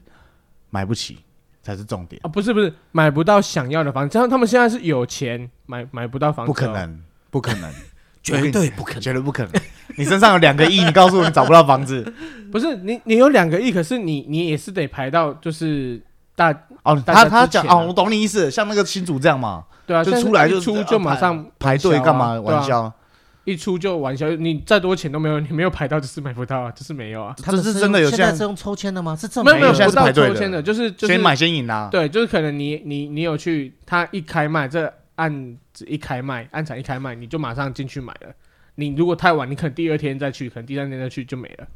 S3: 买不起才是重点，
S2: 啊，不是不是，买不到想要的房子，他他们现在是有钱买买不到房子、哦
S3: 不可，能，不可能，
S1: 绝对不可能
S3: 绝对不可能。你身上有两个亿，你告诉我你找不到房子
S2: 不是你你有两个亿，可是你你也是得排到就是大
S3: 哦？
S2: 大家
S3: 他他
S2: 之前
S3: 讲
S2: 啊
S3: 哦，我懂你意思，像那个新主这样嘛，
S2: 对啊，
S3: 就
S2: 现在
S3: 出来
S2: 一
S3: 就
S2: 出
S3: 是
S2: 就
S3: 啊
S2: 马
S3: 排
S2: 上
S3: 排队
S2: 销啊
S3: 干嘛
S2: 对啊
S3: 玩笑？
S2: 一出就玩销，你再多钱都没有， 你没有排到就是买不到啊，就是没有啊，
S1: 他们
S3: 这是
S1: 用
S3: 真的有
S1: 现
S3: 这
S1: 在
S3: 样
S1: 是用抽签的吗？是这
S2: 没
S1: 么
S2: 有没有
S3: 现在
S2: 不
S3: 是
S2: 到
S3: 排队
S2: 抽
S3: 的
S2: 签的，就是就是
S3: 先买先赢啊啦。
S2: 对，就是可能你你你有去，他一开卖，这案子一开卖，案场一开卖，你就马上进去买了。你如果太晚，你可能第二天再去，可能第三天再去就没了。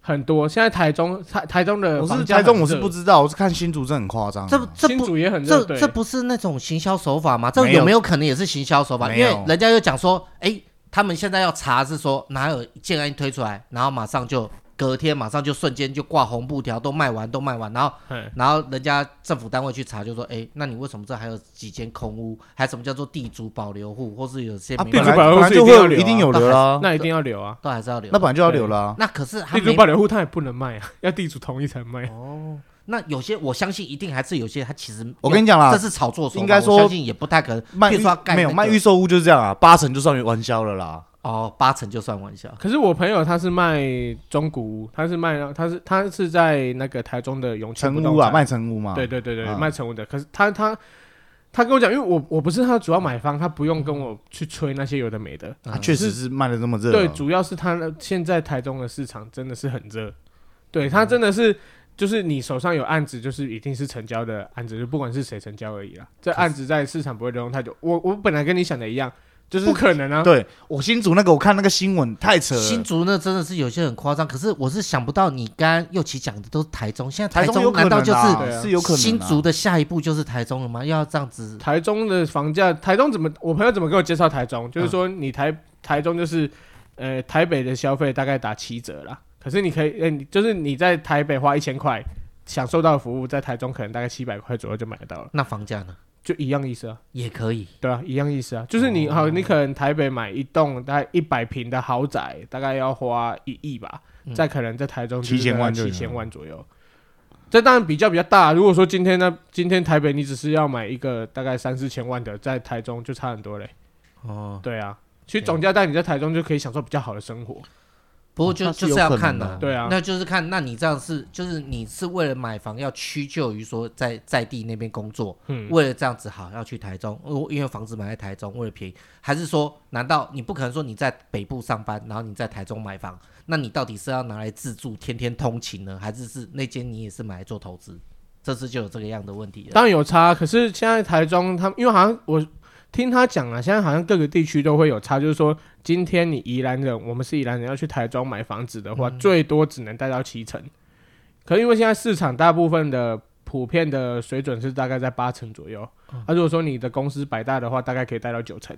S2: 很多现在台中台台中的
S3: 我
S2: 房
S3: 是
S2: 价
S3: 台
S2: 很
S3: 中，我是
S2: 热
S3: 不知道，我是看新竹这很夸张啊。
S1: 这这
S2: 新
S1: 不
S2: 竹也很热，
S1: 这
S2: 对
S1: 这不是那种行销手法吗？这
S3: 没有
S1: 有没有可能也是行销手法？
S3: 没
S1: 因
S3: 有
S1: 为人家又讲说，哎，他们现在要查是说哪有建案一推出来，然后马上就隔天马上就瞬间就挂红布条，都卖完都卖完，然后
S2: 嘿
S1: 然后人家政府单位去查，就说：“哎，那你为什么这还有几间空屋？还有什么叫做地主保留户，或是有些
S2: 啊
S1: 没
S2: 地
S3: 本
S2: 主
S1: 有
S3: 来
S2: 保留
S3: 本来
S2: 是
S3: 就
S2: 一
S3: 会
S2: 定要
S3: 有
S2: 留啊
S3: 一定有的啦，
S2: 那一定要留啊。
S1: 都还是要留？
S3: 那本来就要留啊啦。
S1: 那可是他
S2: 地主
S1: 没
S2: 保留户他也不能卖啊， 要地主同意才能卖。啊
S1: 哦。那有些我相信一定还是有些他其实
S3: 我跟你讲啦
S1: 这是炒作手法，
S3: 应该说
S1: 我相信也不太可能。譬
S3: 卖
S1: 如
S3: 预
S1: 说他盖
S3: 没有
S1: 那
S3: 卖
S1: 个
S3: 预售屋就是这样啊，八成就算完销了啦。
S1: 哦，八成就算玩笑。
S2: 可是我朋友他是卖中古屋，他是卖他是他是在那个台中的永庆
S3: 成
S2: 不
S3: 屋
S2: 动
S3: 啊，
S2: 产
S3: 卖成屋嘛。
S2: 对对对对，
S3: 啊
S2: 卖成屋的。可是他他他跟我讲，因为我我不是他主要买方，他不用跟我去吹那些有的没的。
S3: 啊，确实是卖的这么热。
S2: 对，主要是他现在台中的市场真的是很热，
S3: 嗯
S2: 对他真的是。就是你手上有案子，就是一定是成交的案子，就不管是谁成交而已啦。这案子在市场不会流动太久。我我本来跟你想的一样，就是不可能啊。
S3: 对我新竹那个，我看那个新闻太扯了。
S1: 新竹那真的是有些很夸张，可是我是想不到你刚刚右奇讲的都是台中，现在
S3: 台
S1: 中
S3: 有可
S1: 难
S3: 能
S1: 道
S3: 啊
S1: 就是
S2: 对啊
S3: 是有可能啊
S1: 新竹的下一步就是台中了吗？要这样子
S2: 台中的房价，台中怎么？我朋友怎么给我介绍台中？就是说你台、台中就是，呃，台北的消费大概打七折啦。可是你可以，呃，你就是你在台北花一千块享受到的服务，在台中可能大概七百块左右就买得到了，
S1: 那房价呢？
S2: 就一样意思啊，
S1: 也可以，
S2: 对啊，一样意思啊。就是你好，你可能台北买一栋大概一百平的豪宅，大概要花一亿吧，再可能在台中就是
S3: 7000万就有
S2: 七
S3: 了
S2: 千万左右。这当然比较比较大。如果说今天呢，今天台北你只是要买一个大概三四千万的，在台中就差很多嘞。
S1: 哦，
S2: 对啊，其实总价带你在台中就可以享受比较好的生活。
S1: 不过
S3: 哦
S1: 就
S3: 那是
S1: 就
S3: 有
S1: 是要
S3: 可能
S1: 看
S3: 的
S1: 呐，
S2: 对啊
S1: 那就是看，那你这样是就是你是为了买房要屈就于说在在地那边工作，
S2: 嗯
S1: 为了这样子好要去台中，呃因为房子买在台中为了便宜，还是说难道你不可能说你在北部上班，然后你在台中买房，那你到底是要拿来自住，天天通勤呢，还是是那间你也是买来做投资？这次就有这个样的问题了。
S2: 当然有差，可是现在台中他们因为好像我听他讲啊，现在好像各个地区都会有差，就是说，今天你宜兰人，我们是宜兰人，要去台中买房子的话，最多只能贷到七成。可因为现在市场大部分的普遍的水准是大概在八成左右，那、如果说你的公司百大的话，大概可以贷到九成。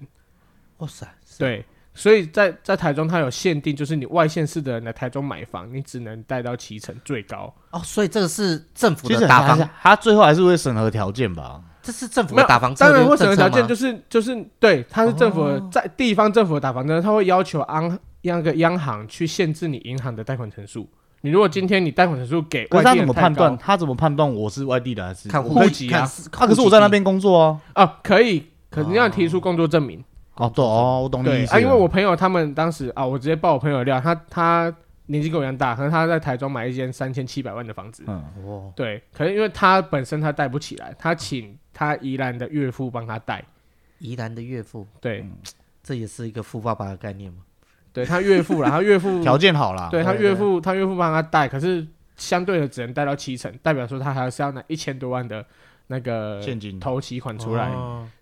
S1: 哇塞，
S2: 对，所以在在台中它有限定，就是你外县市的人来台中买房，你只能贷到七成最高。
S1: 哦，所以这个是政府
S3: 其
S1: 的
S3: 实
S1: 打
S3: 还
S1: 房
S3: 是，他最后还是会审核条件吧。
S1: 这是政府
S2: 没
S1: 的
S2: 有
S1: 打房策
S2: 当
S1: 略
S2: 然，会审
S1: 政
S2: 核
S1: 策
S2: 条
S1: 吗哦
S2: 件就是就是对，它是政府的在地方政府的打房针，它会要求央央个央行去限制你银行的贷款成数。你如果今天你贷款成数给
S3: 可
S2: 外地
S3: 是他
S2: 人
S3: 怎么
S2: 太
S3: 判
S2: 高
S3: 断？他怎么判断我是外地的还是？
S1: 看
S3: 我
S1: 户
S3: 可以
S2: 籍
S1: 看
S2: 啊
S1: 是
S3: 啊，可是我在那边工作啊。
S2: 啊？可以，可是你要提出工作证明。
S3: 哦，对哦，我懂你
S2: 对
S3: 意思
S2: 啊，
S3: 了。
S2: 因为我朋友他们当时啊，我直接爆我朋友的料，他他年纪跟我一样大，可能他在台中买一间三千七百万的房子，
S3: 嗯，
S1: 哦
S2: 对，可能因为他本身他贷不起来，他请他宜兰的岳父帮他贷，
S1: 宜兰的岳父，
S2: 对，
S3: 嗯
S1: 这也是一个富爸爸的概念吗？
S2: 对他岳父啦，然后 岳父
S3: 条件好啦。
S2: 对他
S1: 对
S2: 岳
S1: 对
S2: 父，他岳父帮他贷，可是相对的只能贷到七成，代表说他还是要拿一千多万的那个
S3: 现金
S2: 头期款出来。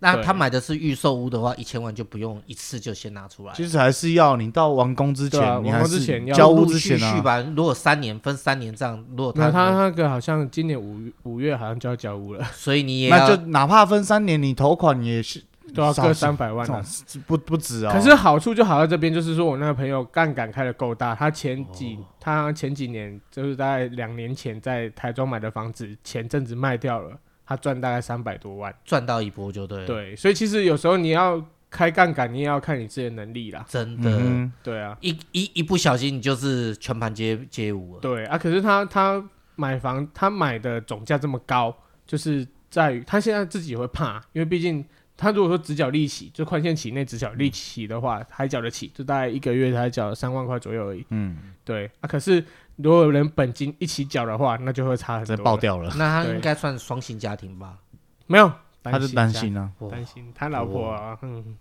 S1: 那
S2: 对
S1: 他买的是预售屋的话，一千万就不用一次就先拿出来，
S3: 其实还是要你到完工之
S2: 对啊
S3: 前，你
S2: 完
S3: 还
S2: 工之
S3: 是
S2: 前要
S3: 交
S1: 陆
S3: 屋
S1: 陆
S3: 之
S1: 续
S3: 前
S1: 续
S3: 啊。
S1: 吧。如果三年分三年这样，如果
S2: 那
S1: 他
S2: 他那个好像今年五月五月好像就要交屋了，
S1: 所以你也
S3: 那
S1: 要
S3: 就哪怕分三年，你头款也是
S2: 都要
S3: 少
S2: 各
S3: 数
S2: 三百万
S3: 这
S2: 了
S3: 种。不不止啊。
S2: 可是好处就好在这边，就是说我那个朋友杠杆开的够大，他前几、他前几年就是大概两年前在台中买的房子，前阵子卖掉了，他赚大概三百多万。
S1: 赚到一波就对了。，
S2: 对，所以其实有时候你要开杠杆，你也要看你自己的能力啦。
S1: 真的，
S3: 嗯
S2: 对啊，
S1: 一一一不小心你就是全盘皆皆无了。
S2: 对啊，可是他他买房，他买的总价这么高，就是在于他现在自己也会怕，因为毕竟他如果说只缴利息，就宽限期内只缴利息的话，还缴得起，就大概一个月才缴三万块左右而已。
S3: 嗯，
S2: 对啊，可是如果连本金一起缴的话，那就会差很
S3: 这
S2: 多。
S3: 爆！掉了，
S1: 那他
S2: 对
S1: 应该算双薪家庭吧？
S2: 没有，
S3: 他就担
S2: 担心哦
S3: 心啊。
S2: 一下
S1: 哇
S2: 担心他老婆、啊，嗯，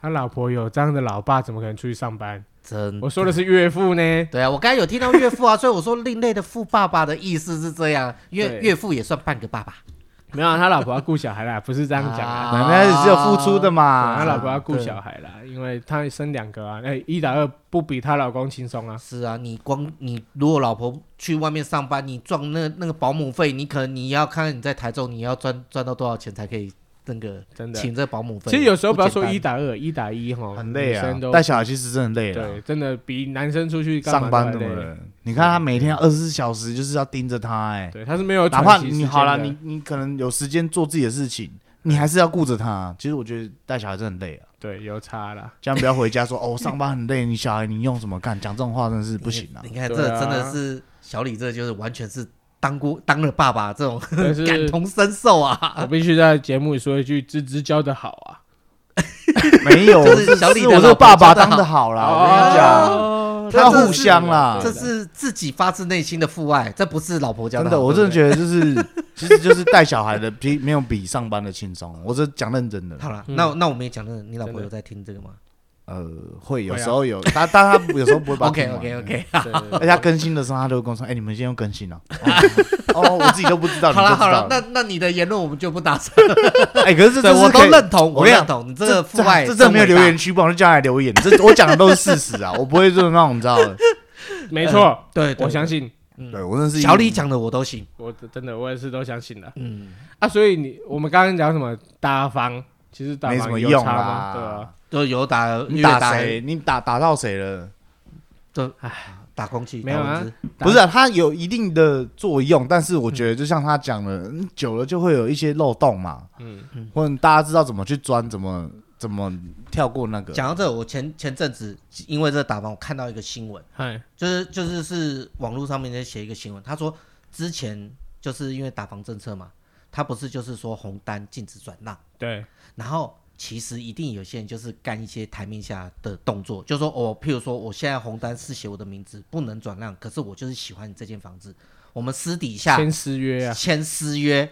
S2: 他老婆有这样的老爸，怎么可能出去上班？
S1: 真
S2: 我说的是岳父呢。
S1: 对啊，我刚才有听到岳父啊，所以 我说另类的富爸爸的意思是这样，因为
S2: 对
S1: 岳父也算半个爸爸。
S2: 没有啊，他老婆要顾小孩啦，不是这样讲啊。
S3: 奶奶也是有付出的
S2: 对
S3: 嘛。
S2: 她老公要顾小孩啦，因为她生两个啊，那一打二不比她老公轻松啊。
S1: 是啊，你光你如果老婆去外面上班，你赚那那个保姆费，你可能你要看看你在台中你要赚赚到多少钱才可以那个
S2: 真的
S1: 请这保姆费。
S2: 其实有时候不要
S1: 简
S2: 说
S1: 单
S2: 一打二，一打一哈，
S3: 很累
S2: 女
S3: 啊
S2: 生都，
S3: 带小孩其实真的累了
S2: 对，，真的比男生出去干嘛
S3: 上班
S2: 都
S3: 的
S2: 还累。
S3: 人，你看他每天二十四小时就是要盯着他，哎，
S2: 对，他是没有
S3: 哪
S2: 喘
S3: 怕
S2: 息时
S3: 你
S2: 间
S3: 好了，
S2: 的
S3: 你你可能有时间做自己的事情，你还是要顾着他。其实我觉得带小孩真的很累啊，
S2: 对有差 啦。
S3: 这样不要回家 说哦，我上班很累，你小孩你用什么干？讲这种话真的是不行 啊。
S1: 你看这
S2: 对啊
S1: 真的是小李，这就是完全是当过当了爸爸这种
S2: 但
S1: 感
S2: 是
S1: 同身受啊。
S2: 我必须在节目里说一句，芝芝教的好啊。
S3: 没有，
S1: 就是
S3: 这
S1: 小李的
S3: 我
S1: 老
S3: 这
S1: 婆
S3: 个爸爸
S1: 教得
S3: 当的好啦，我跟你讲，
S2: 哦这
S3: 他互相啦
S1: 这是自己发自内心的父爱，这不是老婆教
S3: 真的，
S1: 好
S3: 我真的
S1: 对
S3: 觉得就是其实就是带小孩的比没有比上班的轻松，我是讲认真的
S1: 不对。好了，
S2: 嗯
S1: 那那我们也讲真的，你老
S2: 真
S1: 婆
S2: 的
S1: 有在听这个吗
S3: 呃，会有
S2: 会啊
S3: 时候有，他但他有时候不会把 它
S1: ？OK
S3: 听完嗯
S1: OK OK，
S2: 对对 对
S3: 而且他更新的时候，他就会跟我说：“哎、你们今天又更新了、哦 哦，我自己都不知道。你
S1: 好
S3: 都知
S1: 了
S3: 道
S1: 好了，那那你的言论我们就不打算了，
S3: 哎、可是这
S1: 对
S3: 这
S1: 我
S3: 是可
S1: 都
S3: 以
S1: 认同，
S3: 我
S1: 我
S3: 跟你
S1: 认
S3: 讲
S1: 同你这
S3: 这
S1: 个父爱，
S3: 这这没有留言。区，不然我就叫他来留言。这我讲的都是事实啊，我不会就是那种你知 道的。
S2: 没错，
S1: 对，对
S2: 我相信，
S3: 对我认识
S1: 嗯小李讲的我都信。
S2: 我真的我也是都相信的
S1: 嗯，
S2: 啊。所以你我们刚刚讲什么打房，其实打
S3: 没什
S2: 房
S3: 么
S2: 有
S3: 用
S2: 差吗？对啊
S3: 啦。。
S1: 就有打
S3: 你
S1: 越
S3: 打谁？你打打到谁了？
S1: 打空气，
S2: 没有
S1: 打
S2: 啊
S1: 蚊子
S3: 不是、啊，它有一定的作用，但是我觉得就像他讲的，嗯久了就会有一些漏洞嘛，
S2: 嗯，
S3: 或者大家知道怎么去钻，怎么怎么跳过那个。
S1: 讲到这，我前前阵子因为这个打房，我看到一个新闻。
S2: 嗨，
S1: 就是就是是网络上面在写一个新闻，他说之前就是因为打房政策嘛，他不是就是说红单禁止转让，
S2: 对，
S1: 然后其实一定有些人就是干一些台面下的动作，就说哦，譬如说我现在红单是写我的名字，不能转让，可是我就是喜欢你这间房子，我们私底下
S2: 签私约啊，
S1: 签私约，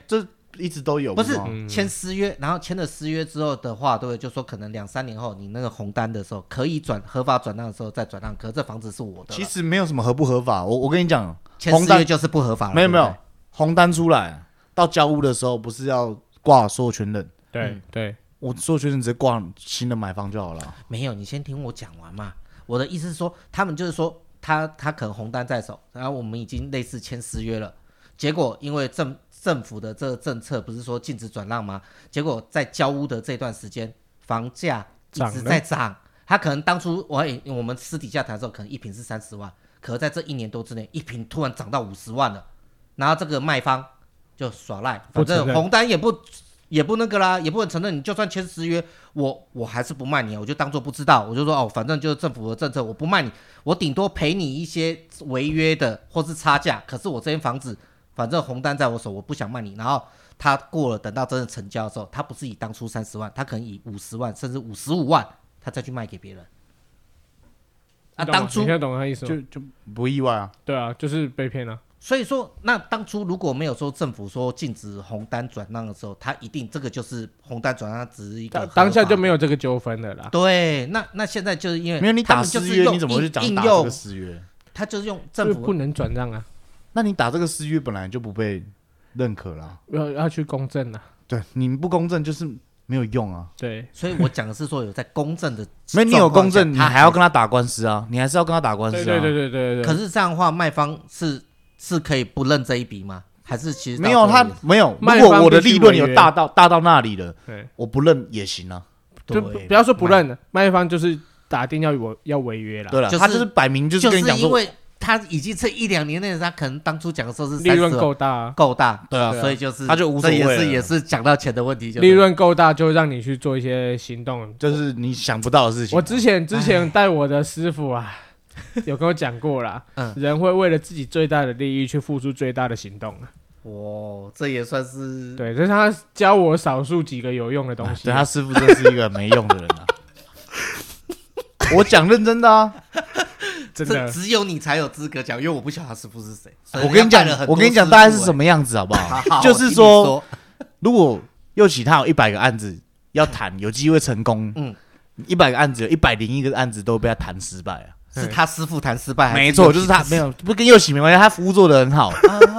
S3: 一直都有，
S1: 不是
S3: 吗
S2: 嗯
S1: 签私约，然后签了私约之后的话，对不对？就说可能两三年后你那个红单的时候可以转合法转让的时候再转让，可是这房子是我的了，
S3: 其实没有什么合不合法。我我跟你讲，
S1: 签
S3: 红
S1: 私
S3: 单
S1: 约就是不合法了，
S3: 没有没
S1: 对不
S3: 有
S1: 啊对，
S3: 红单出来到交屋的时候，不是要挂所有权人？
S1: 嗯
S2: 对对，
S3: 我所有学生直接挂新的买方就好了。
S1: 没有，你先听我讲完嘛。我的意思是说，他们就是说，他他可能红单在手，然后我们已经类似签私约了，结果因为政政府的这个政策不是说禁止转让吗？结果在交屋的这段时间，房价一
S2: 涨
S1: 直
S2: 了
S1: 在涨。他可能当初我也我们私底下谈的时候，可能一平是三十万，可是在这一年多之内，一平突然涨到五十万了，然后这个卖方就耍赖，
S2: 不
S1: 反
S2: 承
S1: 正
S2: 认
S1: 红单也不也不那个啦，也不能承认。你就算签十约，我我还是不卖你，啊，我就当做不知道，我就说哦，反正就是政府的政策，我不卖你，我顶多赔你一些违约的或是差价。可是我这间房子，反正红单在我手，我不想卖你。然后他过了，等到真的成交的时候，他不是以当初三十万，他可能以五十万甚至五十五万，他再去卖给别人。啊，
S2: 你懂吗
S1: 当初
S2: 你现在懂他意思吗？
S3: 就就不意外啊。
S2: 对啊，就是被骗了。
S1: 所以说，那当初如果没有说政府说禁止红单转让的时候，他一定这个就是红单转让只是一个
S2: 当
S1: 合法
S2: 当下就没有这个纠纷了啦。
S1: 对。那那现在就是因为
S3: 没有你
S1: 他
S3: 打
S1: 们就
S3: 私
S1: 是
S3: 约，
S1: 用
S3: 你怎么会去讲
S1: 应
S3: 打这
S1: 用
S3: 个？私约？
S1: 他就是用
S2: 就
S1: 政
S2: 不
S1: 府
S2: 能转让啊，
S3: 那你打这个私约本来就不被认可啊啦。
S2: 要要去公证啊。
S3: 对，你不公正就是没有用啊。
S2: 对，
S1: 所以我讲的是说有在公正的
S3: 没有你有公证，
S1: 状况
S3: 你
S1: 下他
S3: 还要跟他打官司啊，你还是要跟他打官司
S2: 对
S3: 啊。
S2: 对对对对对。
S1: 哦可是这样的话，卖方是是可以不认这一笔吗？还是其实到
S3: 没
S1: 最
S3: 有
S1: 后
S3: 他没有，
S2: 卖
S3: 如果
S2: 方
S3: 我的
S2: 必须
S3: 利润
S2: 违
S3: 有
S2: 约
S3: 大到大到那里了，
S2: 对，
S3: 我不认也行啊。
S1: 对
S2: 就不不要说不认了，卖方就是打定要我要违约了。
S3: 对了，
S1: 就是
S3: 他就是摆明就是
S1: 就
S3: 跟你
S1: 是
S3: 讲
S1: 因
S3: 说，
S1: 为他已经这一两年内，他可能当初讲的时候是
S2: 利润
S1: 30
S2: 够大啊，
S1: 够大，
S3: 对啊
S1: 所以就是
S3: 他就无所谓
S1: 这也
S3: 了
S1: 是也是讲到钱的问题，就对
S2: 利润够大就让你去做一些行动。
S3: 就是你想不到的事情。啊
S2: 我之前之前带我的师傅啊，有跟我讲过啦，
S1: 嗯
S2: 人会为了自己最大的利益去付出最大的行动啊。
S1: 哇，这也算
S3: 嗯
S1: 是
S2: 对，这是他教我少数几个有用的东
S3: 哎
S2: 西啊
S3: 对。他师傅真是一个没用的人 啊。我讲认真的啊，
S2: 真
S1: 这
S2: 的，
S1: 只有你才有资格讲，因为我不晓得他师傅是谁。
S3: 哎我跟你讲，我跟你讲大概是什
S1: 么，
S3: 么样子，好不
S1: 好
S3: 欸好？
S1: 哎好
S3: 就是
S1: 听你
S3: 说哎
S1: 说，
S3: 如果又起他有一百个案子要谈，有机会成功，
S1: 嗯
S3: 嗯，一百个案子有一百零一个案子都被他谈失败啊。
S1: 是他师傅谈失败，还
S3: 没错，
S1: 有
S3: 就是他哎没有啊不跟佑喜没关系，他服务做得很 好，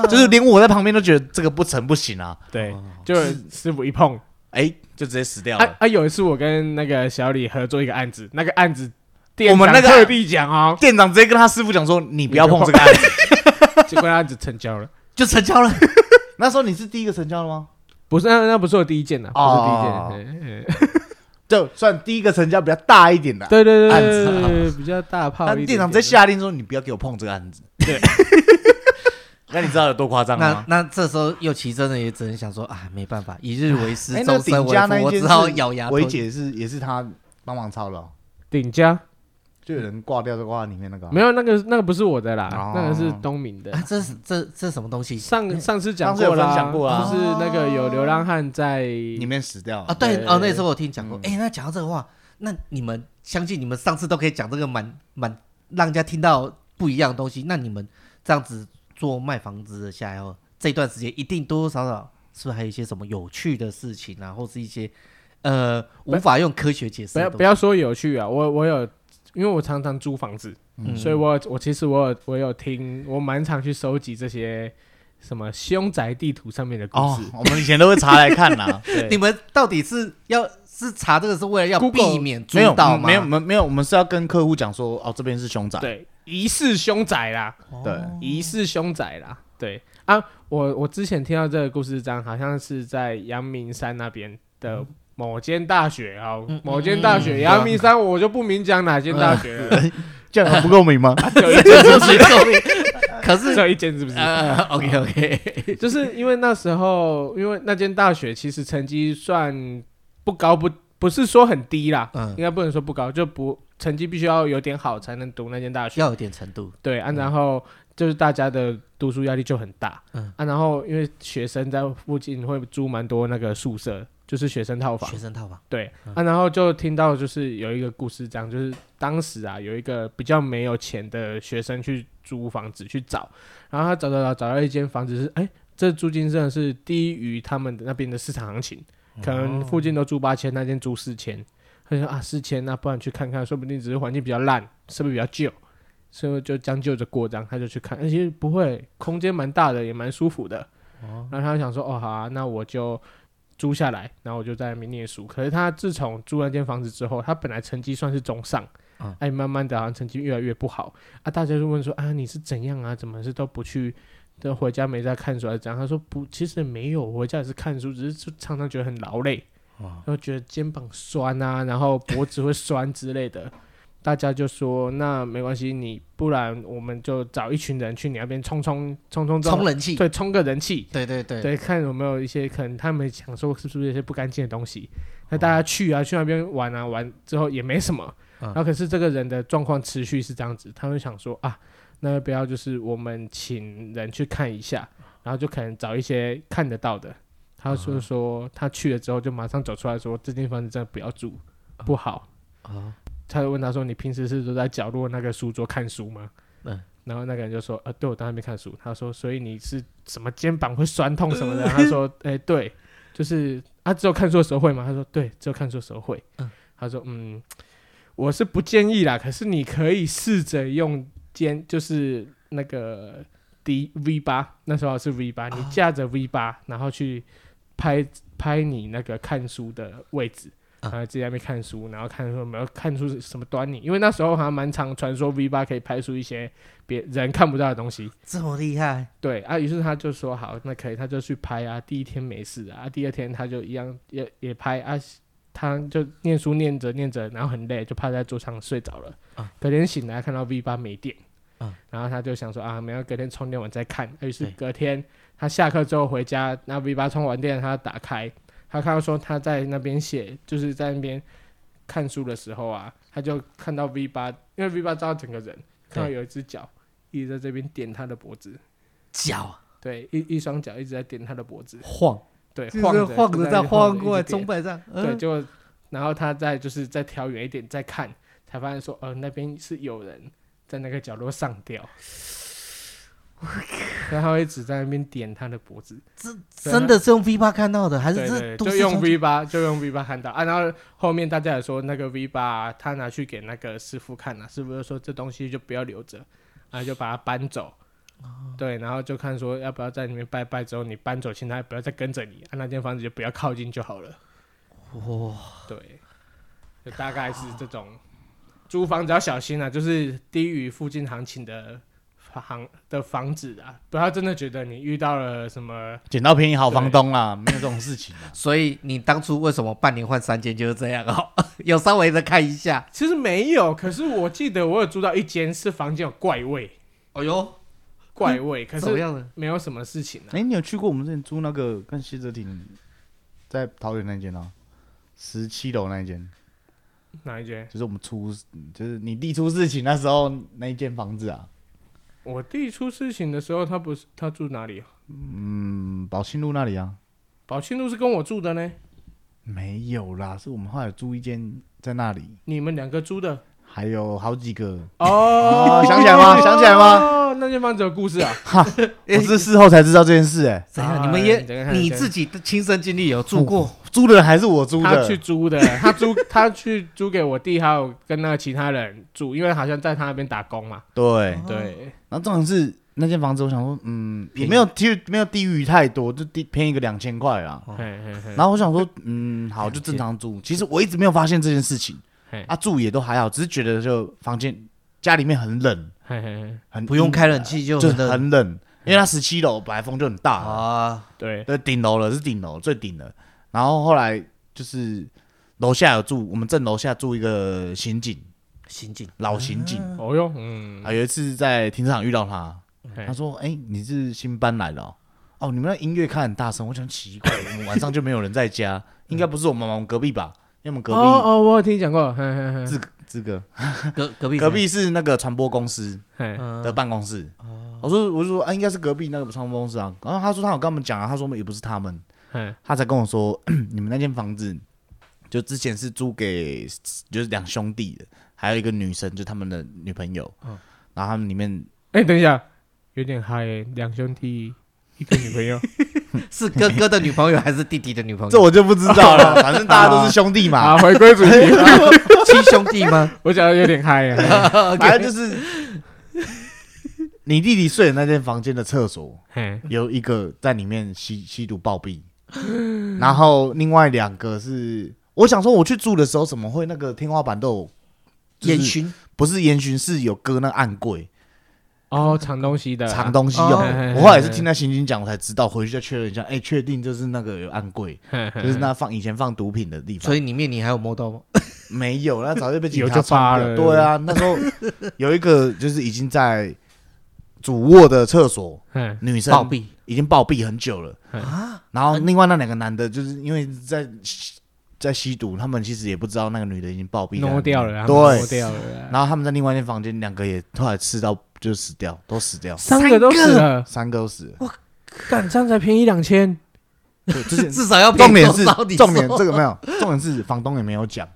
S3: 就是连我在旁边都觉得这个不成不行啊，
S2: 对，就师傅一碰。
S3: 哎，就直接死掉
S2: 啊
S3: 了。
S2: 啊！有一次我跟那个小李合作一个案子，那个案子店
S3: 我们
S2: 长
S3: 那个
S2: 特地讲 哦，
S3: 店长直接跟他师傅讲说：“你不要碰这个案 子。
S2: 结果那案子成交了。
S1: 就成交了。”
S3: 那时候你是第一个成交的吗？
S2: 不是，那那不是我第一件啊的，不
S3: 哦
S2: 是第一件。嘿嘿
S3: 就算第一个成交比较大一 点的，
S2: 对对
S3: 案
S2: 对
S3: 子
S2: 对
S3: 啊
S2: 对，比较大炮一
S3: 但
S2: 点点。
S3: 店长在下令说：“你不要给我碰这个案子。”
S2: 对，
S3: 那你知道有多夸张
S1: 那
S3: 吗？
S1: 那这时候佑奇真的也只能想说啊，没办法，一日为师
S3: 哎，，那
S1: 终身
S3: 顶
S1: 为
S3: 家那
S1: 父，
S3: 一
S1: 我
S3: 件
S1: 只好
S3: 是
S1: 咬牙
S3: 维
S1: 吞。
S3: 姐是也是他帮忙抄的哦，
S2: 顶家
S3: 就有人挂掉就挂在里面那个啊。
S2: 没有那个那个不是我的啦
S3: 哦，
S2: 那个是东明的
S1: 啊。，这是这这什么东西
S2: 上上次讲
S3: 嗯上次有
S2: 过啦，
S3: 分享过啊
S2: 就是那个有流浪汉在
S3: 里面死掉
S1: 啊？
S3: 了。
S1: 对
S2: 对
S1: 哦，那时候我听讲过。哎，那讲到这个话，那你们相信你们上次都可以讲这个蛮蛮让人家听到不一样的东西，那你们这样子做卖房子的下来后，这段时间一定多多少少是不是还有一些什么有趣的事情啊，或是一些呃无法用科学
S3: 哦
S1: 解释
S2: 不要
S1: 的
S2: 不
S1: 东西？
S2: 要说有趣啊，我我有，因为我常常租房子，
S1: 嗯
S2: 所以我我其实我有我有听，我蛮常去收集这些什么凶宅地图上面的故
S3: 哦
S2: 事。，。
S3: 我们以前都会查来看 呐
S1: 你
S2: 对，
S1: 们到底是要是查这个是为了要
S2: Google-
S1: 避免租
S3: 没有，
S1: 到
S3: 嗯
S1: 吗？
S3: 没有，我们没有，我们是要跟客户讲说，哦，这边是凶宅。
S2: 对，疑似凶宅啦，
S3: 对，
S2: 疑似凶宅啦，对啊，我我之前听到这个故事是这样，好像是在阳明山那边
S3: 嗯
S2: 的。某间大学啊，某间大学，阳明山我就不明讲哪间大学了，
S3: 嗯 这样不够明 吗？
S2: 就一
S1: 这
S2: 间，
S1: 是谁说明？可
S2: 只有
S1: 是
S2: 一间，是不是？
S1: 呃，OK OK，
S2: 就是因为那时候，因为那间大学其实成绩算不高不，不是说很低啦，
S1: 嗯
S2: 应该不能说不高，就不成绩必须要有点好才能读那间大学。
S1: 要有点程度。
S2: 对啊，然后就是大家的读书压力就很大，
S1: 嗯
S2: 啊，然后因为学生在附近会租蛮多那个宿舍，就是学生套房
S1: 学，生套房，
S2: 对、啊，然后就听到就是有一个故事，这样就是当时啊有一个比较没有钱的学生去租房子去找，然后他找找找找到一间房子是哎、这租金真的是低于他们的那边的市场行情，可能附近都租八千，那间租四千，他就说啊四千，那不然去看看，说不定只是环境比较烂，是不是比较旧？所以就将就着过这样，他就去看，而且不会，空间蛮大的，也蛮舒服的。然后他就想说，哦，好啊，那我就租下来，然后我就在那边念书。可是他自从租那间房子之后，他本来成绩算是中上，
S1: 嗯
S2: 哎，慢慢的好像成绩越来越不好啊。大家就问说啊，你是怎样啊？怎么是都不去，都回家没在看书还是怎样？他说不，其实没有，我回家也是看书，只是就常常觉得很劳累，然后觉得肩膀酸啊，然后脖子会酸之类的。大家就说那没关系，你不然我们就找一群人去你那边冲冲冲冲这种
S1: 冲人气，
S2: 对，冲个人气，
S1: 对对对，
S2: 对，看有没有一些可能他们想说是不是有些不干净的东西，
S1: 哦
S2: 那大家去啊，去那边玩啊，玩之后也没什么，
S1: 嗯
S2: 然后可是这个人的状况持续是这样子，他们想说啊，那要不要就是我们请人去看一下，然后就可能找一些看得到的，他
S1: 嗯
S2: 就是说他去了之后就马上走出来说这间房子真的不要住，
S1: 哦
S2: 不好，
S1: 啊，
S2: 他就问他说你平时是都在角落那个书桌看书吗？
S1: 嗯
S2: 然后那个人就说：“呃，对我当然没看书。”他说：“所以你是什么肩膀会酸痛什么的？”他说：“哎、对，就是啊，只有看书的时候会吗？”他说：“对，只有看书的时候会。
S1: 嗯
S2: 他说：“嗯，我是不建议啦，可是你可以试着用肩，就是那个 D V 八，那时候是 V 八，你架着 V 八，然后去拍拍你那个看书的位置。”然后自己在那边看书，然后看说有没有看出什么端倪，因为那时候好像蛮常传说 V 八可以拍出一些别人看不到的东西。
S1: 这么厉害，
S2: 对啊，于是他就说好，那可以，他就去拍啊。第一天没事啊，第二天他就一样也也拍啊，他就念书念着念着，然后很累，就趴在桌上睡着了。
S1: 啊
S2: 隔天醒来看到 V 八没电，
S1: 啊
S2: 然后他就想说啊，明天隔天充电完再看。啊于是
S1: 对
S2: 隔天他下课之后回家，那 V 八充完电，他打开，他看到说他在那边写，就是在那边看书的时候啊，他就看到 V 八，因为 V 八照到整个人，看到有一只脚一直在这边点他的脖子。
S1: 脚
S2: 对，一一双脚一直在点他的脖子，
S1: 晃，
S2: 对，
S1: 就是
S2: 晃着
S1: 晃
S2: 就
S1: 着
S2: 在
S1: 再
S2: 那边
S1: 晃
S2: 着
S1: 过来，
S2: 一直点
S1: 中摆上，
S2: 对，
S1: 嗯，
S2: 就然后他再就是再调远一点再看，才发现说，呃，那边是有人在那个角落上 吊，然后他一直在那边点他的脖子，
S1: 这
S2: 对
S1: 真的是用 V 八看到的，还是
S2: 对
S1: 这
S2: 对，
S1: 都
S2: 就是用 V 八就用 V 八看到啊，然后后面大家也说那个 V 八、他拿去给那个师傅看了、师傅就说这东西就不要留着，啊就把它搬走。
S1: 哦
S2: 对，然后就看说要不要在里面拜拜，之后你搬走，请他不要再跟着你，啊，那间房子就不要靠近就好了。
S1: 哇，。
S2: 对，就大概是这种租房子要小心啊，就是低于附近行情的房的房子啊，不要真的觉得你遇到了什么
S3: 捡到便宜好房东啦，没有这种事情啊啦
S1: 所以你当初为什么半年换三间就是这样哦？ 有稍微的看一下，
S2: 其实没有，可是我记得我有住到一间是房间有怪味，
S1: 哎呦，
S2: 怪
S3: 嗯
S2: 味，可
S1: 怎么
S2: 是
S1: 样的？
S2: 没有什么事情啊。
S3: 哎、你有去过我们之前租那个跟谢哲廷在桃园那间啊，十七楼那一间，
S2: 哪一间？
S3: 就是我们出，就是你弟出事情那时候那一间房子啊，
S2: 我弟出事情的时候，他不是他住哪里啊？
S3: 嗯，宝庆路那里啊，
S2: 宝庆路是跟我住的呢，
S3: 没有啦，是我们后来租一间在那里，
S2: 你们两个租的
S3: 还有好几个，
S2: 哦
S3: 哦想起来吗想起来吗
S2: 哦，那间房子有故事啊。
S3: 我 是事后才知道哎这件事、哎，
S1: 怎
S2: 哎
S1: 样？你们
S2: 你这
S1: 也
S2: 个
S1: 你自己的亲身经历有住过？
S3: 租的人还是我租
S2: 他
S3: 的
S2: 去，租的，他租 他去租给我弟，还有跟那个其他人住，因为好像在他那边打工嘛。
S3: 对，
S2: 对，
S3: 然后重点是那间房子，我想说，嗯，也没有低没有低于太多，就低便宜个两千块啊。
S1: 哦
S2: 嘿嘿嘿
S3: 然后我想说，嗯，好，就正常住。其实我一直没有发现这件事情
S2: 嘿
S3: 啊，住也都还好，只是觉得就房间家里面很冷，
S2: 嘿嘿，
S3: 很
S1: 不用，开冷气就
S3: 就是
S1: 很冷
S3: 很冷，因为它十七楼本来风就很大啊，
S1: 啊，
S2: 对，
S3: 对，顶楼了是顶楼最顶了。然后后来就是楼下有住，我们正楼下住一个刑警，
S1: 刑警
S3: 老刑警
S2: 哦哟，嗯，
S3: 啊，有一次在停车场遇到他，
S2: 嘿
S3: 他说：“哎、你是新搬来的哦？哦，你们那音乐开很大声，我想奇怪，我们晚上就没有人在家，应该不是我们吧我们隔壁吧？因为我们隔壁、
S2: 哦哦，我有听你讲过，嘿嘿嘿，
S3: 这个这个
S1: 隔隔壁
S3: 隔壁是那个传播公司
S2: 嘿
S3: 的办公室。我说我就说啊，应该是隔壁那个传播公司啊。然后他说他有跟我们讲啊，他说也不是他们，
S2: 嘿，
S3: 他才跟我说 你们那间房子就之前是租给就是两兄弟的，还有一个女生，就他们的女朋友。然后他们里面
S2: 哎，等一下，有点嗨欸，两兄弟一个女 朋友，
S1: 是哥哥的女朋友还是弟弟的女朋
S3: 这
S1: 友？
S3: 我就不知道 了，反正大家都是兄弟嘛
S2: 啊，。回归主题，
S1: 亲兄弟 吗？
S2: 我讲的有点嗨 欸，嘿
S3: 反正哎就是你弟弟睡的那间房间的厕所
S2: 嘿，
S3: 有一个在里面吸吸毒暴毙，然后另外两个是，我想说我去住的时候怎么会那个天花板都有
S1: 烟？
S3: 就是
S1: 熏
S3: 不是烟熏，是有搁那暗柜
S2: 哦，藏东西的啊
S3: 藏东西
S1: 哦
S3: 用
S2: 嘿嘿嘿
S3: 的。我后来是听他刑警讲，我才知道，回去再确认一下，哎，确定就是那个有暗柜，
S2: 嘿嘿
S3: 就是那放以前放毒品的地方
S1: 所。以里面你还有摸到吗？
S3: 没有，那早就被警
S2: 有
S3: 察
S2: 就发
S3: 冲掉
S2: 了
S3: 对啊，那时 候有一个就是已经在主卧的厕所，
S2: 嘿
S3: 女生
S1: 暴毙
S3: 已经暴毙很久了。
S2: 哎
S1: 啊！
S3: 然后另外那两个男的，就是因为在吸在吸毒，他们其实也不知道那个女的已经暴毙
S2: 挪掉了，他们挪
S3: 对，
S2: 掉了啊，
S3: 然后他们在另外一间房间，两个也后来吃到就死掉，都死掉，
S2: 三个都死了，
S3: 三个都死了。
S2: 干这样才便宜两千，
S3: 对，之前
S1: 至少要
S3: 重点
S1: 比
S3: 是
S1: 多少你
S3: 重点
S1: 说
S3: 这个没有，重点是房东也没有讲。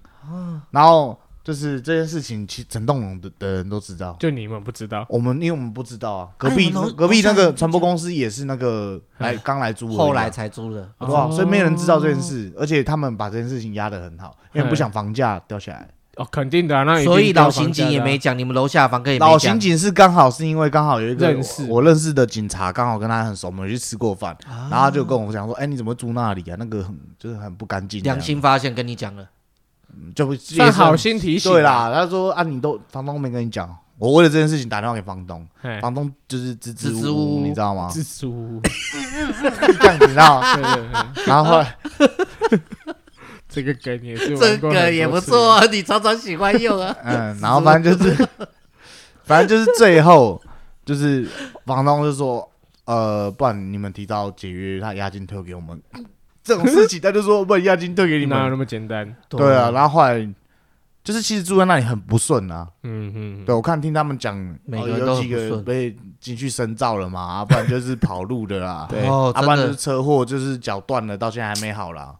S3: 然后就是这件事情，其实整栋楼的的人都知道。
S2: 就你们不知道，
S3: 我们因为我们不知道啊，隔
S1: 哎
S3: 壁
S1: 你们楼
S3: 隔壁那
S1: 楼
S3: 个
S1: 上
S3: 传播公司也是那个来刚来租而已啊，
S1: 后来才租的，
S3: 对吧？
S2: 哦
S3: 所以没人知道这件事，而且他们把这件事情压得很好，因为不
S2: 嘿
S3: 想房价掉下来。
S2: 哦，肯定的啊，那一定
S1: 所以
S2: 掉
S1: 老
S2: 房
S1: 刑
S2: 价
S1: 警也
S2: 的啊
S1: 没讲，你们楼下房客也没
S3: 老
S1: 讲
S3: 刑警是刚好是因为刚好有一个
S2: 认识
S3: 我我认识的警察，刚好跟他很熟，我们有去吃过饭，然后他就跟我讲说：“哎，你怎么住那里啊？那个很就是很不干净这样，啊
S1: 良心发现跟你讲了，
S3: 就不也
S2: 算
S3: 是
S2: 好啊心提醒
S3: 对，啦。”他说：“啊，你都房东没跟你讲，我为了这件事情打电话给房东，
S1: 啊
S2: 嘿
S3: 房东就是支支
S1: 支支
S3: 吾
S1: 吾
S3: 吾，
S1: 吾
S3: 你知道吗？
S2: 自足，
S3: 就这样子，你知道吗？
S2: 对对对，
S3: 然后后来。
S2: 这个梗也是
S1: 这
S2: 玩过很多次
S1: 个也不错，啊，你常常喜欢用 啊
S3: 嗯，然后反正就是， 反正就是最后就是房东就说，呃，不然你们提到解约，他押金退给我们。 这种事情，他就说不然押金退给你
S2: 哪有
S3: 们。
S2: 那么简单？
S3: 对啊，，然后后来就是其实住在那里很不顺啊。
S2: 嗯嗯，，
S3: 对我看听他们讲，
S1: 每
S3: 哦
S1: 个人都
S3: 有
S1: 很
S3: 几
S1: 不
S3: 个
S1: 顺
S3: 被进去深造了嘛，啊，不然就是跑路的 啦
S2: 对
S1: 哦，
S3: 啊，
S1: 真
S3: 不然就是
S1: 的，
S3: 车祸，就是脚断了，到现在还没好啦。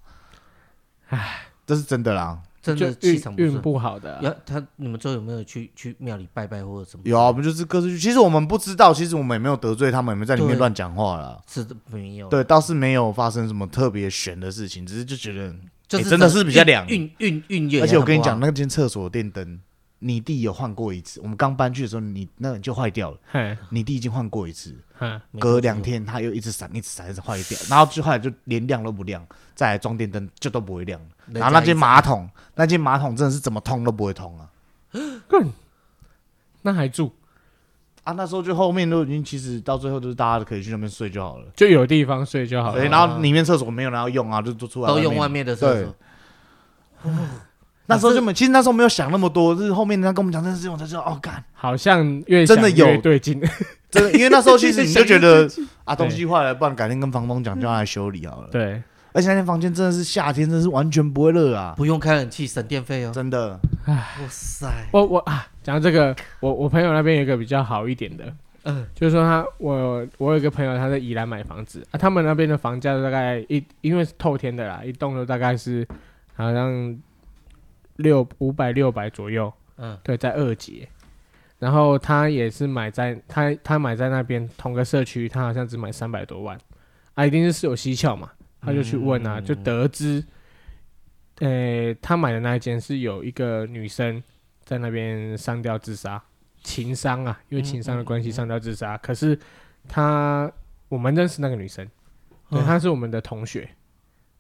S3: 唉，这是真的啦。
S1: 真
S2: 就
S1: 的气
S2: 运
S1: 场不
S2: 运
S1: 顺。
S2: 不好的啊，
S1: 要他，你们最后有没有去去庙里拜拜或者什么？
S3: 有啊，我，们就是各自去。其实我们不知道，其实我们也没有得罪他们，也没有在里面
S1: 对
S3: 乱讲话啦。
S1: 是的，没有。
S3: 对，，倒是没有发生什么特别悬的事情，只是就觉得，
S1: 就
S3: 欸
S1: 是
S3: 真的是比较凉
S1: 运运运运。
S3: 而且我跟你讲，，那间厕所的电灯，你弟有换过一次。我们刚搬去的时候，你那就坏掉了，
S2: 嘿，
S3: 你弟已经换过一次，
S2: 嘿，
S3: 隔两天他又一直闪，一直闪，一直坏掉，然后就后来就连亮都不亮，再来装电灯就都不会亮了。然后那间马桶，那间马桶真的是怎么通都不会通啊！
S2: 那还住，
S3: 啊，那时候就后面都已经，其实到最后就是大家可以去那边睡就好了。
S2: 就有地方睡就好
S3: 对，
S2: 了。
S3: 然后里面厕所没有人要用啊，就就出来
S1: 都用
S3: 外
S1: 外
S3: 面。
S1: 面的厕所
S3: 对。那时候就没，其实那时候没有想那么多，就是后面人家跟我们讲这件事情，我才知道哦， 干，
S2: 好像越
S3: 真的
S2: 想越
S3: 有
S2: 对 劲，
S3: 真的，因为那时候其实你就觉得啊，
S2: 对
S3: 东西坏了，不然改天跟房东讲，叫他来修理好了。
S2: 对，
S3: 而且那间房间真的是夏天，真的是完全不会热啊，
S1: 不用开冷气，省电费哦。
S3: 真的。
S1: 哇塞，
S2: 我我啊，讲到这个，我我朋友那边有一个比较好一点的，
S1: 嗯，
S2: 就是说他我我有一个朋友他在宜兰买房子啊，他们那边的房价大概一因为是透天的啦，一栋都大概是好像六五百六百左右，
S1: 嗯，
S2: 对，在二级。然后他也是买在他他买在那边同个社区，他好像只买三百多万，啊，一定是是有蹊跷嘛，他就去问啊，
S1: 嗯
S2: 就得知，呃，他买的那一间是有一个女生在那边上吊自杀，情伤啊，因为情伤的关系上吊自杀。可是他我们认识那个女生，对，
S1: 嗯
S2: 她是我们的同学，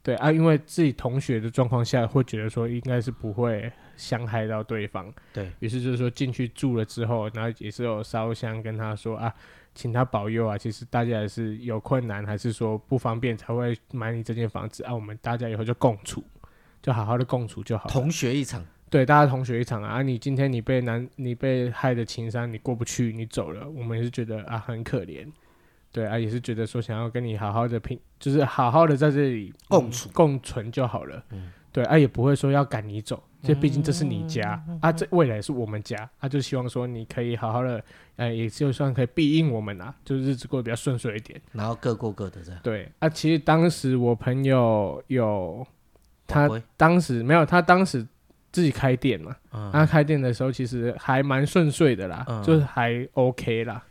S2: 对啊，因为自己同学的状况下，会觉得说应该是不会伤害到对方，
S1: 对
S2: 于是就是说进去住了之后，然后也是有烧香跟他说啊，请他保佑啊，其实大家也是有困难还是说不方便才会买你这间房子啊，我们大家以后就共处。就好好的共处就好了。
S1: 同学一场，
S2: 对，大家同学一场啊！啊你今天你被难，你被害的情伤，你过不去，你走了，我们也是觉得啊很可怜，对啊，也是觉得说想要跟你好好的拼，就是好好的在这里嗯
S1: 共处
S2: 共存就好了，对啊，也不会说要赶你走，这毕竟这是你家、啊，这未来是我们家，啊，就希望说你可以好好的，呃，也就算可以庇应我们啊，就是日子过得比较顺遂一点。
S1: 然后各过各的这样。
S2: 对啊，其实当时我朋友有
S1: 晚
S2: 他
S1: 归
S2: 当时没有，他当时自己开店嘛，他开店的时候其实还蛮顺遂的啦，
S1: 嗯
S2: 就是还 OK 啦。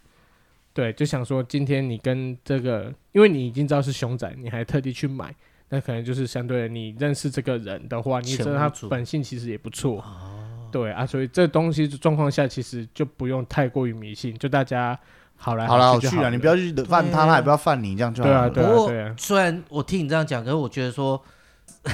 S2: 对，就想说今天你跟这个，因为你已经知道是熊仔，你还特地去买，那可能就是相对的你认识这个人的话，你也知道
S1: 潜
S2: 他
S1: 不住
S2: 本性其实也不错。
S1: 哦
S2: 对啊，所以这东西的状况下，其实就不用太过于迷信，就大家好来
S3: 好了，
S2: 好
S3: 我去
S2: 了，
S3: 了，你不要去犯
S1: 对
S3: 他，
S1: 啊
S3: 他也不要犯你，这样就好
S2: 对啊
S3: 了。
S2: 对
S1: 不过
S2: 啊
S1: 虽然我听你这样讲，可是我觉得说，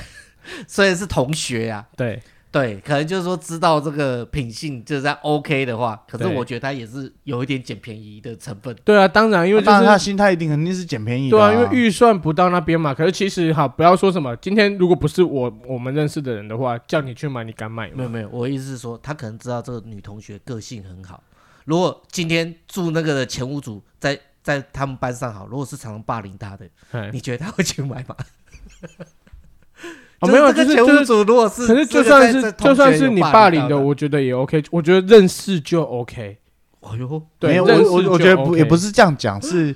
S1: 虽然是同学啊，
S2: 对，
S1: 对，可能就是说知道这个品性，就是在 OK 的话，可是
S2: 对
S1: 我觉得他也是有一点捡便宜的成分。
S2: 对啊，当然因为就
S3: 当然他
S2: 是。
S3: 心态一定肯定是捡便宜的。
S2: 对啊，因为预算不到那边嘛。可是其实好，不要说什么。今天如果不是我我们认识的人的话，叫你去买，你敢买
S1: 没
S2: 吗？
S1: 有没有，我的意思是说，他可能知道这个女同学个性很好。如果今天住那个的前屋主在在他们班上好，如果是常常霸凌他的，
S2: 哎
S1: 你觉得他会去买吗？
S2: 哦，
S1: 就是
S2: 没有，
S1: 这
S2: 就
S1: 个
S2: 是就
S1: 前
S2: 是
S1: 屋主如果是，
S2: 可是
S1: 这
S2: 就
S1: 个
S2: 算
S1: 在
S2: 是
S1: 在同
S2: 就算
S1: 学
S2: 是
S1: 有
S2: 你
S1: 霸
S2: 霸凌
S1: 到
S2: 的，我觉得也 OK，我觉得认识就 OK。
S1: 哎呦，
S2: 对，
S3: 没有
S2: 认识
S3: 我我我觉得
S2: 就
S3: 不
S2: OK
S3: 也不是这样讲，是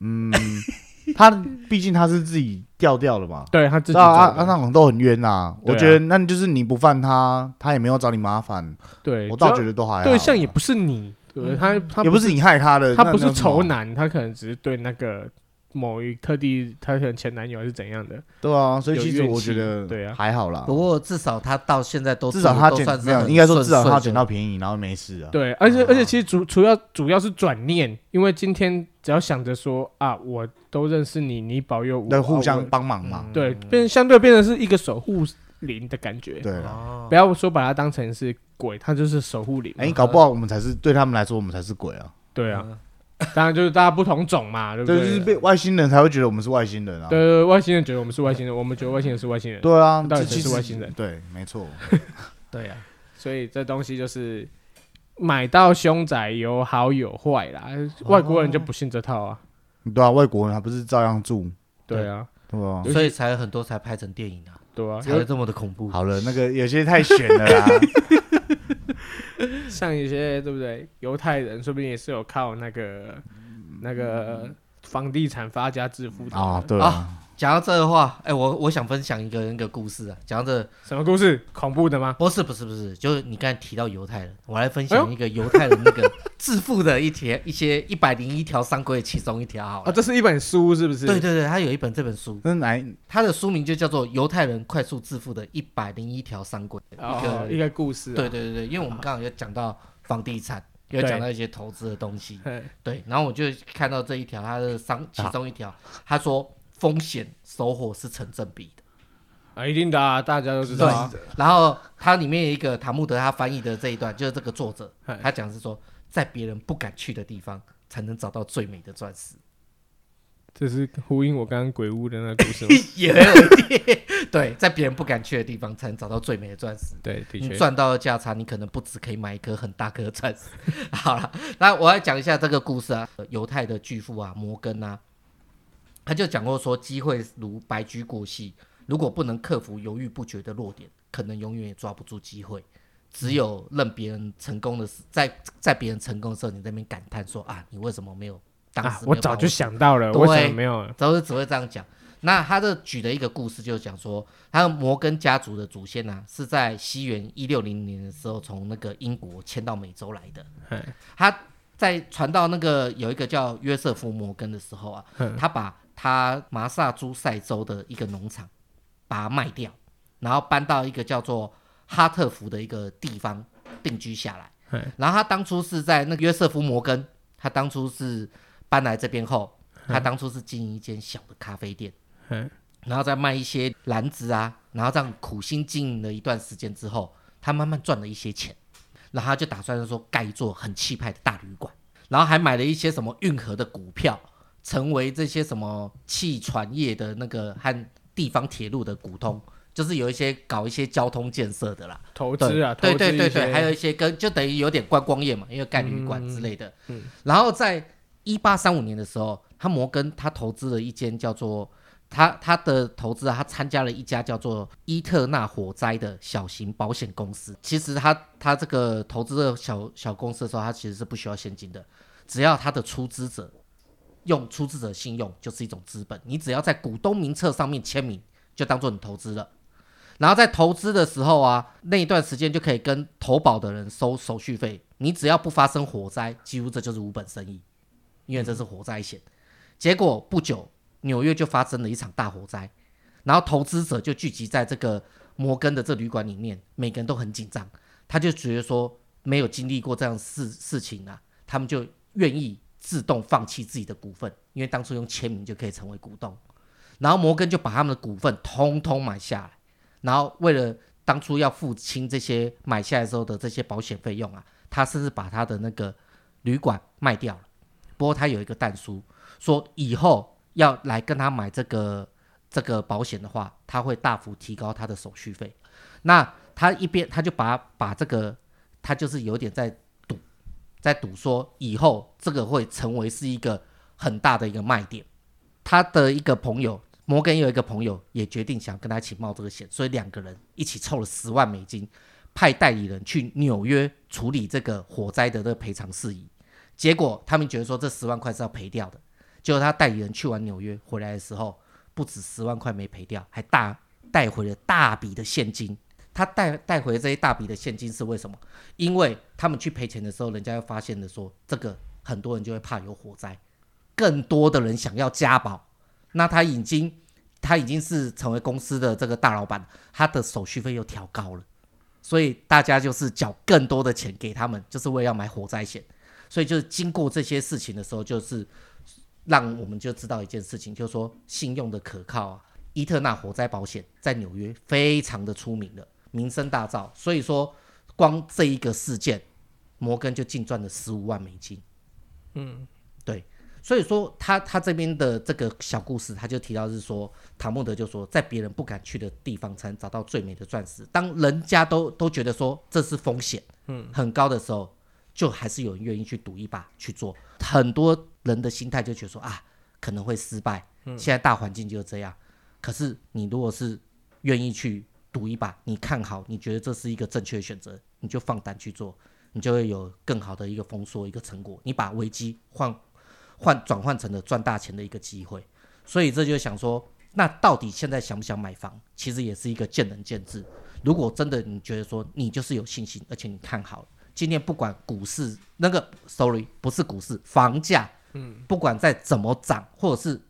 S3: 嗯， 他毕竟他是自己调调的嘛。
S2: 对他自
S3: 知
S2: 己
S3: 道啊
S2: 走
S3: 啊，
S2: 的
S3: 那种都很冤呐。
S2: 对啊
S3: 我觉得那就是你不犯他，他也没有找你麻烦，
S2: 对，
S3: 我倒觉
S2: 得
S3: 得都还好。啊嗯
S2: 对象也不是你，对不对他他
S3: 也不是你害他的，
S2: 他
S3: 那
S2: 不是
S3: 那什么
S2: 仇男，他可能只是对那个某一特地他可能前男友还是怎样的。
S3: 对啊，所以
S2: 有
S3: 其实
S2: 怨
S3: 我
S2: 气
S3: 觉得
S2: 对啊
S3: 还好啦。
S1: 不过至少他到现在都
S3: 至少他
S1: 都
S3: 捡
S1: 算
S3: 没
S1: 是
S3: 有，
S1: 很
S3: 应该说
S1: 顺
S3: 至少
S1: 遂
S3: 他
S1: 的
S3: 捡到便宜，然后没事啊。
S2: 对，而且
S3: 啊
S2: 而且其实主主要主要是转念，因为今天只要想着说啊，我都认识你，你保佑我，
S3: 那
S2: 啊
S3: 互相
S2: 我
S3: 帮忙嘛。
S2: 对，变相对变成是一个守护灵的感觉。
S3: 对啦，
S1: 哦
S2: 不要说把它当成是鬼，它就是守护灵嘛。
S3: 哎，搞不好我们才是对他们来说，我们才是鬼啊。
S2: 对啊， 当然就是大家不同种嘛，对不
S3: 对，
S2: 对？啊
S3: 就是被外星人才会觉得我们是外星人啊。
S2: 对对对外星人觉得我们是外星人，我们觉得外星人是外星人，
S3: 对啊，
S2: 到底
S3: 这
S2: 谁
S3: 其
S2: 是
S3: 实
S2: 外星人
S3: 对，没错。
S1: 对啊呀、
S2: 所以这东西就是买到凶宅有好有坏啦。外国
S3: 哦
S2: 人就不信这套啊，
S3: 对啊，外国人还不是照样住？
S2: 对啊，
S3: 对吧？
S1: 所以才很多才拍成电影啊，
S2: 对啊。
S1: 才会
S2: 有
S1: 这么的恐怖。
S3: 好了，那个有些太悬 了啦。
S2: 像一些对不对？犹太人说不定也是有靠那个
S1: 嗯
S2: 那个房地产发家致富的
S3: 啊，对啊，
S1: 讲到这的话，哎、我我想分享一个那个故事啊。讲到这
S2: 什么故事？恐怖的吗？
S1: 不是不是不是，就是你刚才提到犹太人，我来分
S2: 哎
S1: 享
S2: 呦
S1: 一个犹太人那个 致富的一条一些一百零一条商规的其中一条好
S2: 哦，
S1: 了。
S2: 这是一本书是不是？
S1: 对对对，他有一本这本书，
S3: 那来
S1: 他的书名就叫做《犹太人快速致富的一百零一条商规》。一
S2: 哦，
S1: 个
S2: 一个故事啊。
S1: 对对对对，因为我们刚好有讲到房地产，有
S2: 对
S1: 讲到一些投资的东 西。
S2: 嘿
S1: 对，然后我就看到这一条，他的商其中一条，他说风险收获是成正比的。
S2: 啊，一定的啊，大家都知道啊。
S1: 然后它里面有一个塔木德他翻译的这一段，就是这个作者
S2: 嗨
S1: 他讲是说，在别人不敢去的地方，才能找到最美的钻石，
S2: 这是呼应我刚刚鬼屋的那个故事 吗？
S1: 也很有一点对，在别人不敢去的地方，才能找到最美的钻石。
S2: 对，的
S1: 你
S2: 确。
S1: 赚到的价差，你可能不止可以买一颗很大颗的钻石。 好了，那我来讲一下这个故事啊，犹太的巨富啊，摩根啊，他就讲过说，机会如白驹过隙，如果不能克服犹豫不决的弱点，可能永远也抓不住机会。只有让别人成功的时，在在别人成功的时候，你在那边感叹说啊，你为什么没有当时、
S2: 啊，我早就。想到了，
S1: 对
S2: 为什么没有？
S1: 都是只会这样讲。那他这举的一个故事，就是讲说，他的摩根家族的祖先呢、是在西元一六零年的时候从那个英国迁到美洲来的。
S2: 哎
S1: 他在传到那个有一个叫约瑟夫·摩根的时候啊，他把他马萨诸塞州的一个农场把它卖掉，然后搬到一个叫做哈特福的一个地方定居下来。
S2: 哎
S1: 然后他当初是在那个约瑟夫·摩根，他当初是搬来这边后，他当初是经营一间小的咖啡店，
S2: 哎
S1: 然后再卖一些篮子啊，然后这样苦心经营了一段时间之后，他慢慢赚了一些钱，然后他就打算说盖一座很气派的大旅馆，然后还买了一些什么运河的股票，成为这些什么汽船业的那个和地方铁路的股东，就是有一些搞一些交通建设的啦。
S2: 投
S1: 对
S2: 资啊，
S1: 对
S2: 投资
S1: 对
S2: 一
S1: 对
S2: 些嗯
S1: 对，还有一些跟就等于有点观光业嘛，因为盖旅馆之类的。然后在一八三五年的时候，他摩根他投资了一间叫做他他的投资啊，他参加了一家叫做伊特纳火灾的小型保险公司。其实他他这个投资的小小公司的时候，他其实是不需要现金的，只要他的出资者用出资者信用就是一种资本，你只要在股东名册上面签名，就当做你投资了。然后在投资的时候啊，那一段时间就可以跟投保的人收手续费。你只要不发生火灾，几乎这就是无本生意，因为这是火灾险。结果不久，纽约就发生了一场大火灾，然后投资者就聚集在这个摩根的这旅馆里面，每个人都很紧张，他就觉得说没有经历过这样的事事情啊，他们就愿意自动放弃自己的股份，因为当初用签名就可以成为股东。然后摩根就把他们的股份通通买下来，然后为了当初要付清这些买下来之后的这些保险费用啊，他甚至把他的那个旅馆卖掉了。不过他有一个蛋叔说，以后要来跟他买这个这个保险的话，他会大幅提高他的手续费。那他一边他就把把这个，他就是有点在赌，在赌说以后这个会成为是一个很大的一个卖点。他的一个朋友摩根有一个朋友也决定想跟他一起冒这个险，所以两个人一起凑了十万美金，派代理人去纽约处理这个火灾的这个赔偿事宜。结果他们觉得说这十万块是要赔掉的，结果他代理人去完纽约回来的时候，不止十万块没赔掉，还大带回了大笔的现金。他带带回这一大笔的现金是为什么？因为他们去赔钱的时候，人家又发现了说，这个很多人就会怕有火灾，更多的人想要家保，那他已经他已经是成为公司的这个大老板，他的手续费又调高了，所以大家就是缴更多的钱给他们，就是为了要买火灾险。所以就是经过这些事情的时候，就是让我们就知道一件事情，就是说信用的可靠啊。伊特纳火灾保险在纽约非常的出名的，名声大噪。所以说，光这一个事件，摩根就净赚了十五万美金。所以说他他这边的这个小故事，他就提到是说，塔木德就说，在别人不敢去的地方，才能找到最美的钻石。当人家都都觉得说这是风险，嗯，很高的时候，就还是有人愿意去赌一把去做。很多人的心态就觉得说啊，可能会失败，现在大环境就是这样。可是你如果是愿意去赌一把，你看好，你觉得这是一个正确的选择，你就放胆去做，你就会有更好的一个丰收一个成果。你把危机换换转换成了赚大钱的一个机会。所以这就想说，那到底现在想不想买房，其实也是一个见仁见智。如果真的你觉得说你就是有信心，而且你看好了，今天不管股市那个，sorry，不是股市，房价，嗯，不管再怎么涨，或者是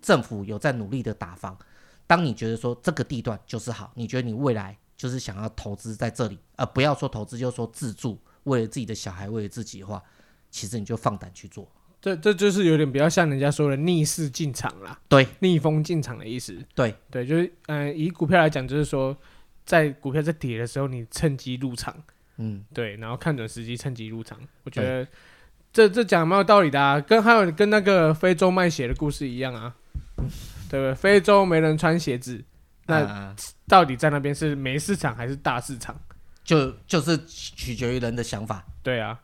S1: 政府有在努力的打房，当你觉得说这个地段就是好，你觉得你未来就是想要投资在这里，呃，不要说投资，就是说自住，为了自己的小孩，为了自己的话，其实你就放胆去做。
S2: 这这就是有点比较像人家说的逆势进场啦，
S1: 对，
S2: 逆风进场的意思。
S1: 对
S2: 对，就是嗯、呃以股票来讲，就是说在股票在跌的时候，你趁机入场，
S1: 嗯。
S2: 对，然后看准时机，趁机入场。我觉得这这讲得蛮有道理的啊，跟还有跟那个非洲卖血的故事一 样啊，对不对？非洲没人穿鞋子，那
S1: 那
S2: 到底在那边是没市场还是大市场？
S1: 就就是取决于人的想法
S2: 对啊，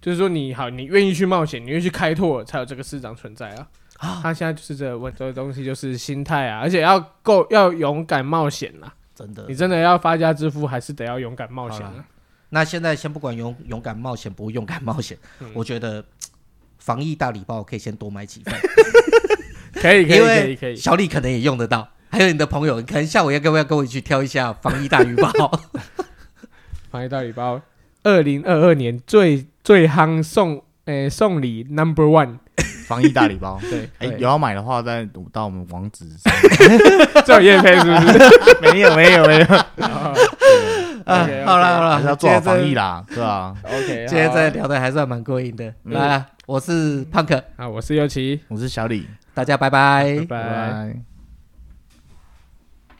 S2: 就是说你好，你愿意去冒险，你愿意去开拓，才有这个市场存在啊。
S1: 啊，
S2: 他现在就是这个问这个东西，就是心态啊，而且要够要勇敢冒险啦。
S1: 真的
S2: 你。真的要发家致富，还是得要勇敢冒险
S1: 嗯好
S2: 啊
S1: 啦。那现在先不管勇勇敢冒险不勇敢冒险，
S2: 嗯
S1: 我觉得嘖防疫大礼包可以先多买几份，因
S2: 可以可以可以可
S1: 为
S2: 以，
S1: 小李可能也用得到。还有你的朋友，可能下午要跟不要跟我一起挑一下防疫大 鱼包？啊
S2: 防疫大礼包，二零二二年最最夯送诶、送礼 Number One，。
S3: 防疫大礼 包
S2: 对，
S3: 哎，
S1: 对
S3: 有要买的话，再到我们网址上。
S2: 这有叶配是 不是？
S3: 没有，没有，没有，
S1: 啊
S2: OK，OK
S1: 好了好
S3: 还是要
S1: 了，
S3: 做好
S1: 今天这
S3: 防疫。 啦，对吧？
S2: OK，
S1: 今天
S2: 好啊嗯
S1: 这聊的还算蛮过瘾的。来啊，我是胖可，
S2: 啊，我是尤奇，
S3: 我是小李，
S1: 哎大家拜拜
S2: 拜。拜。
S3: 拜。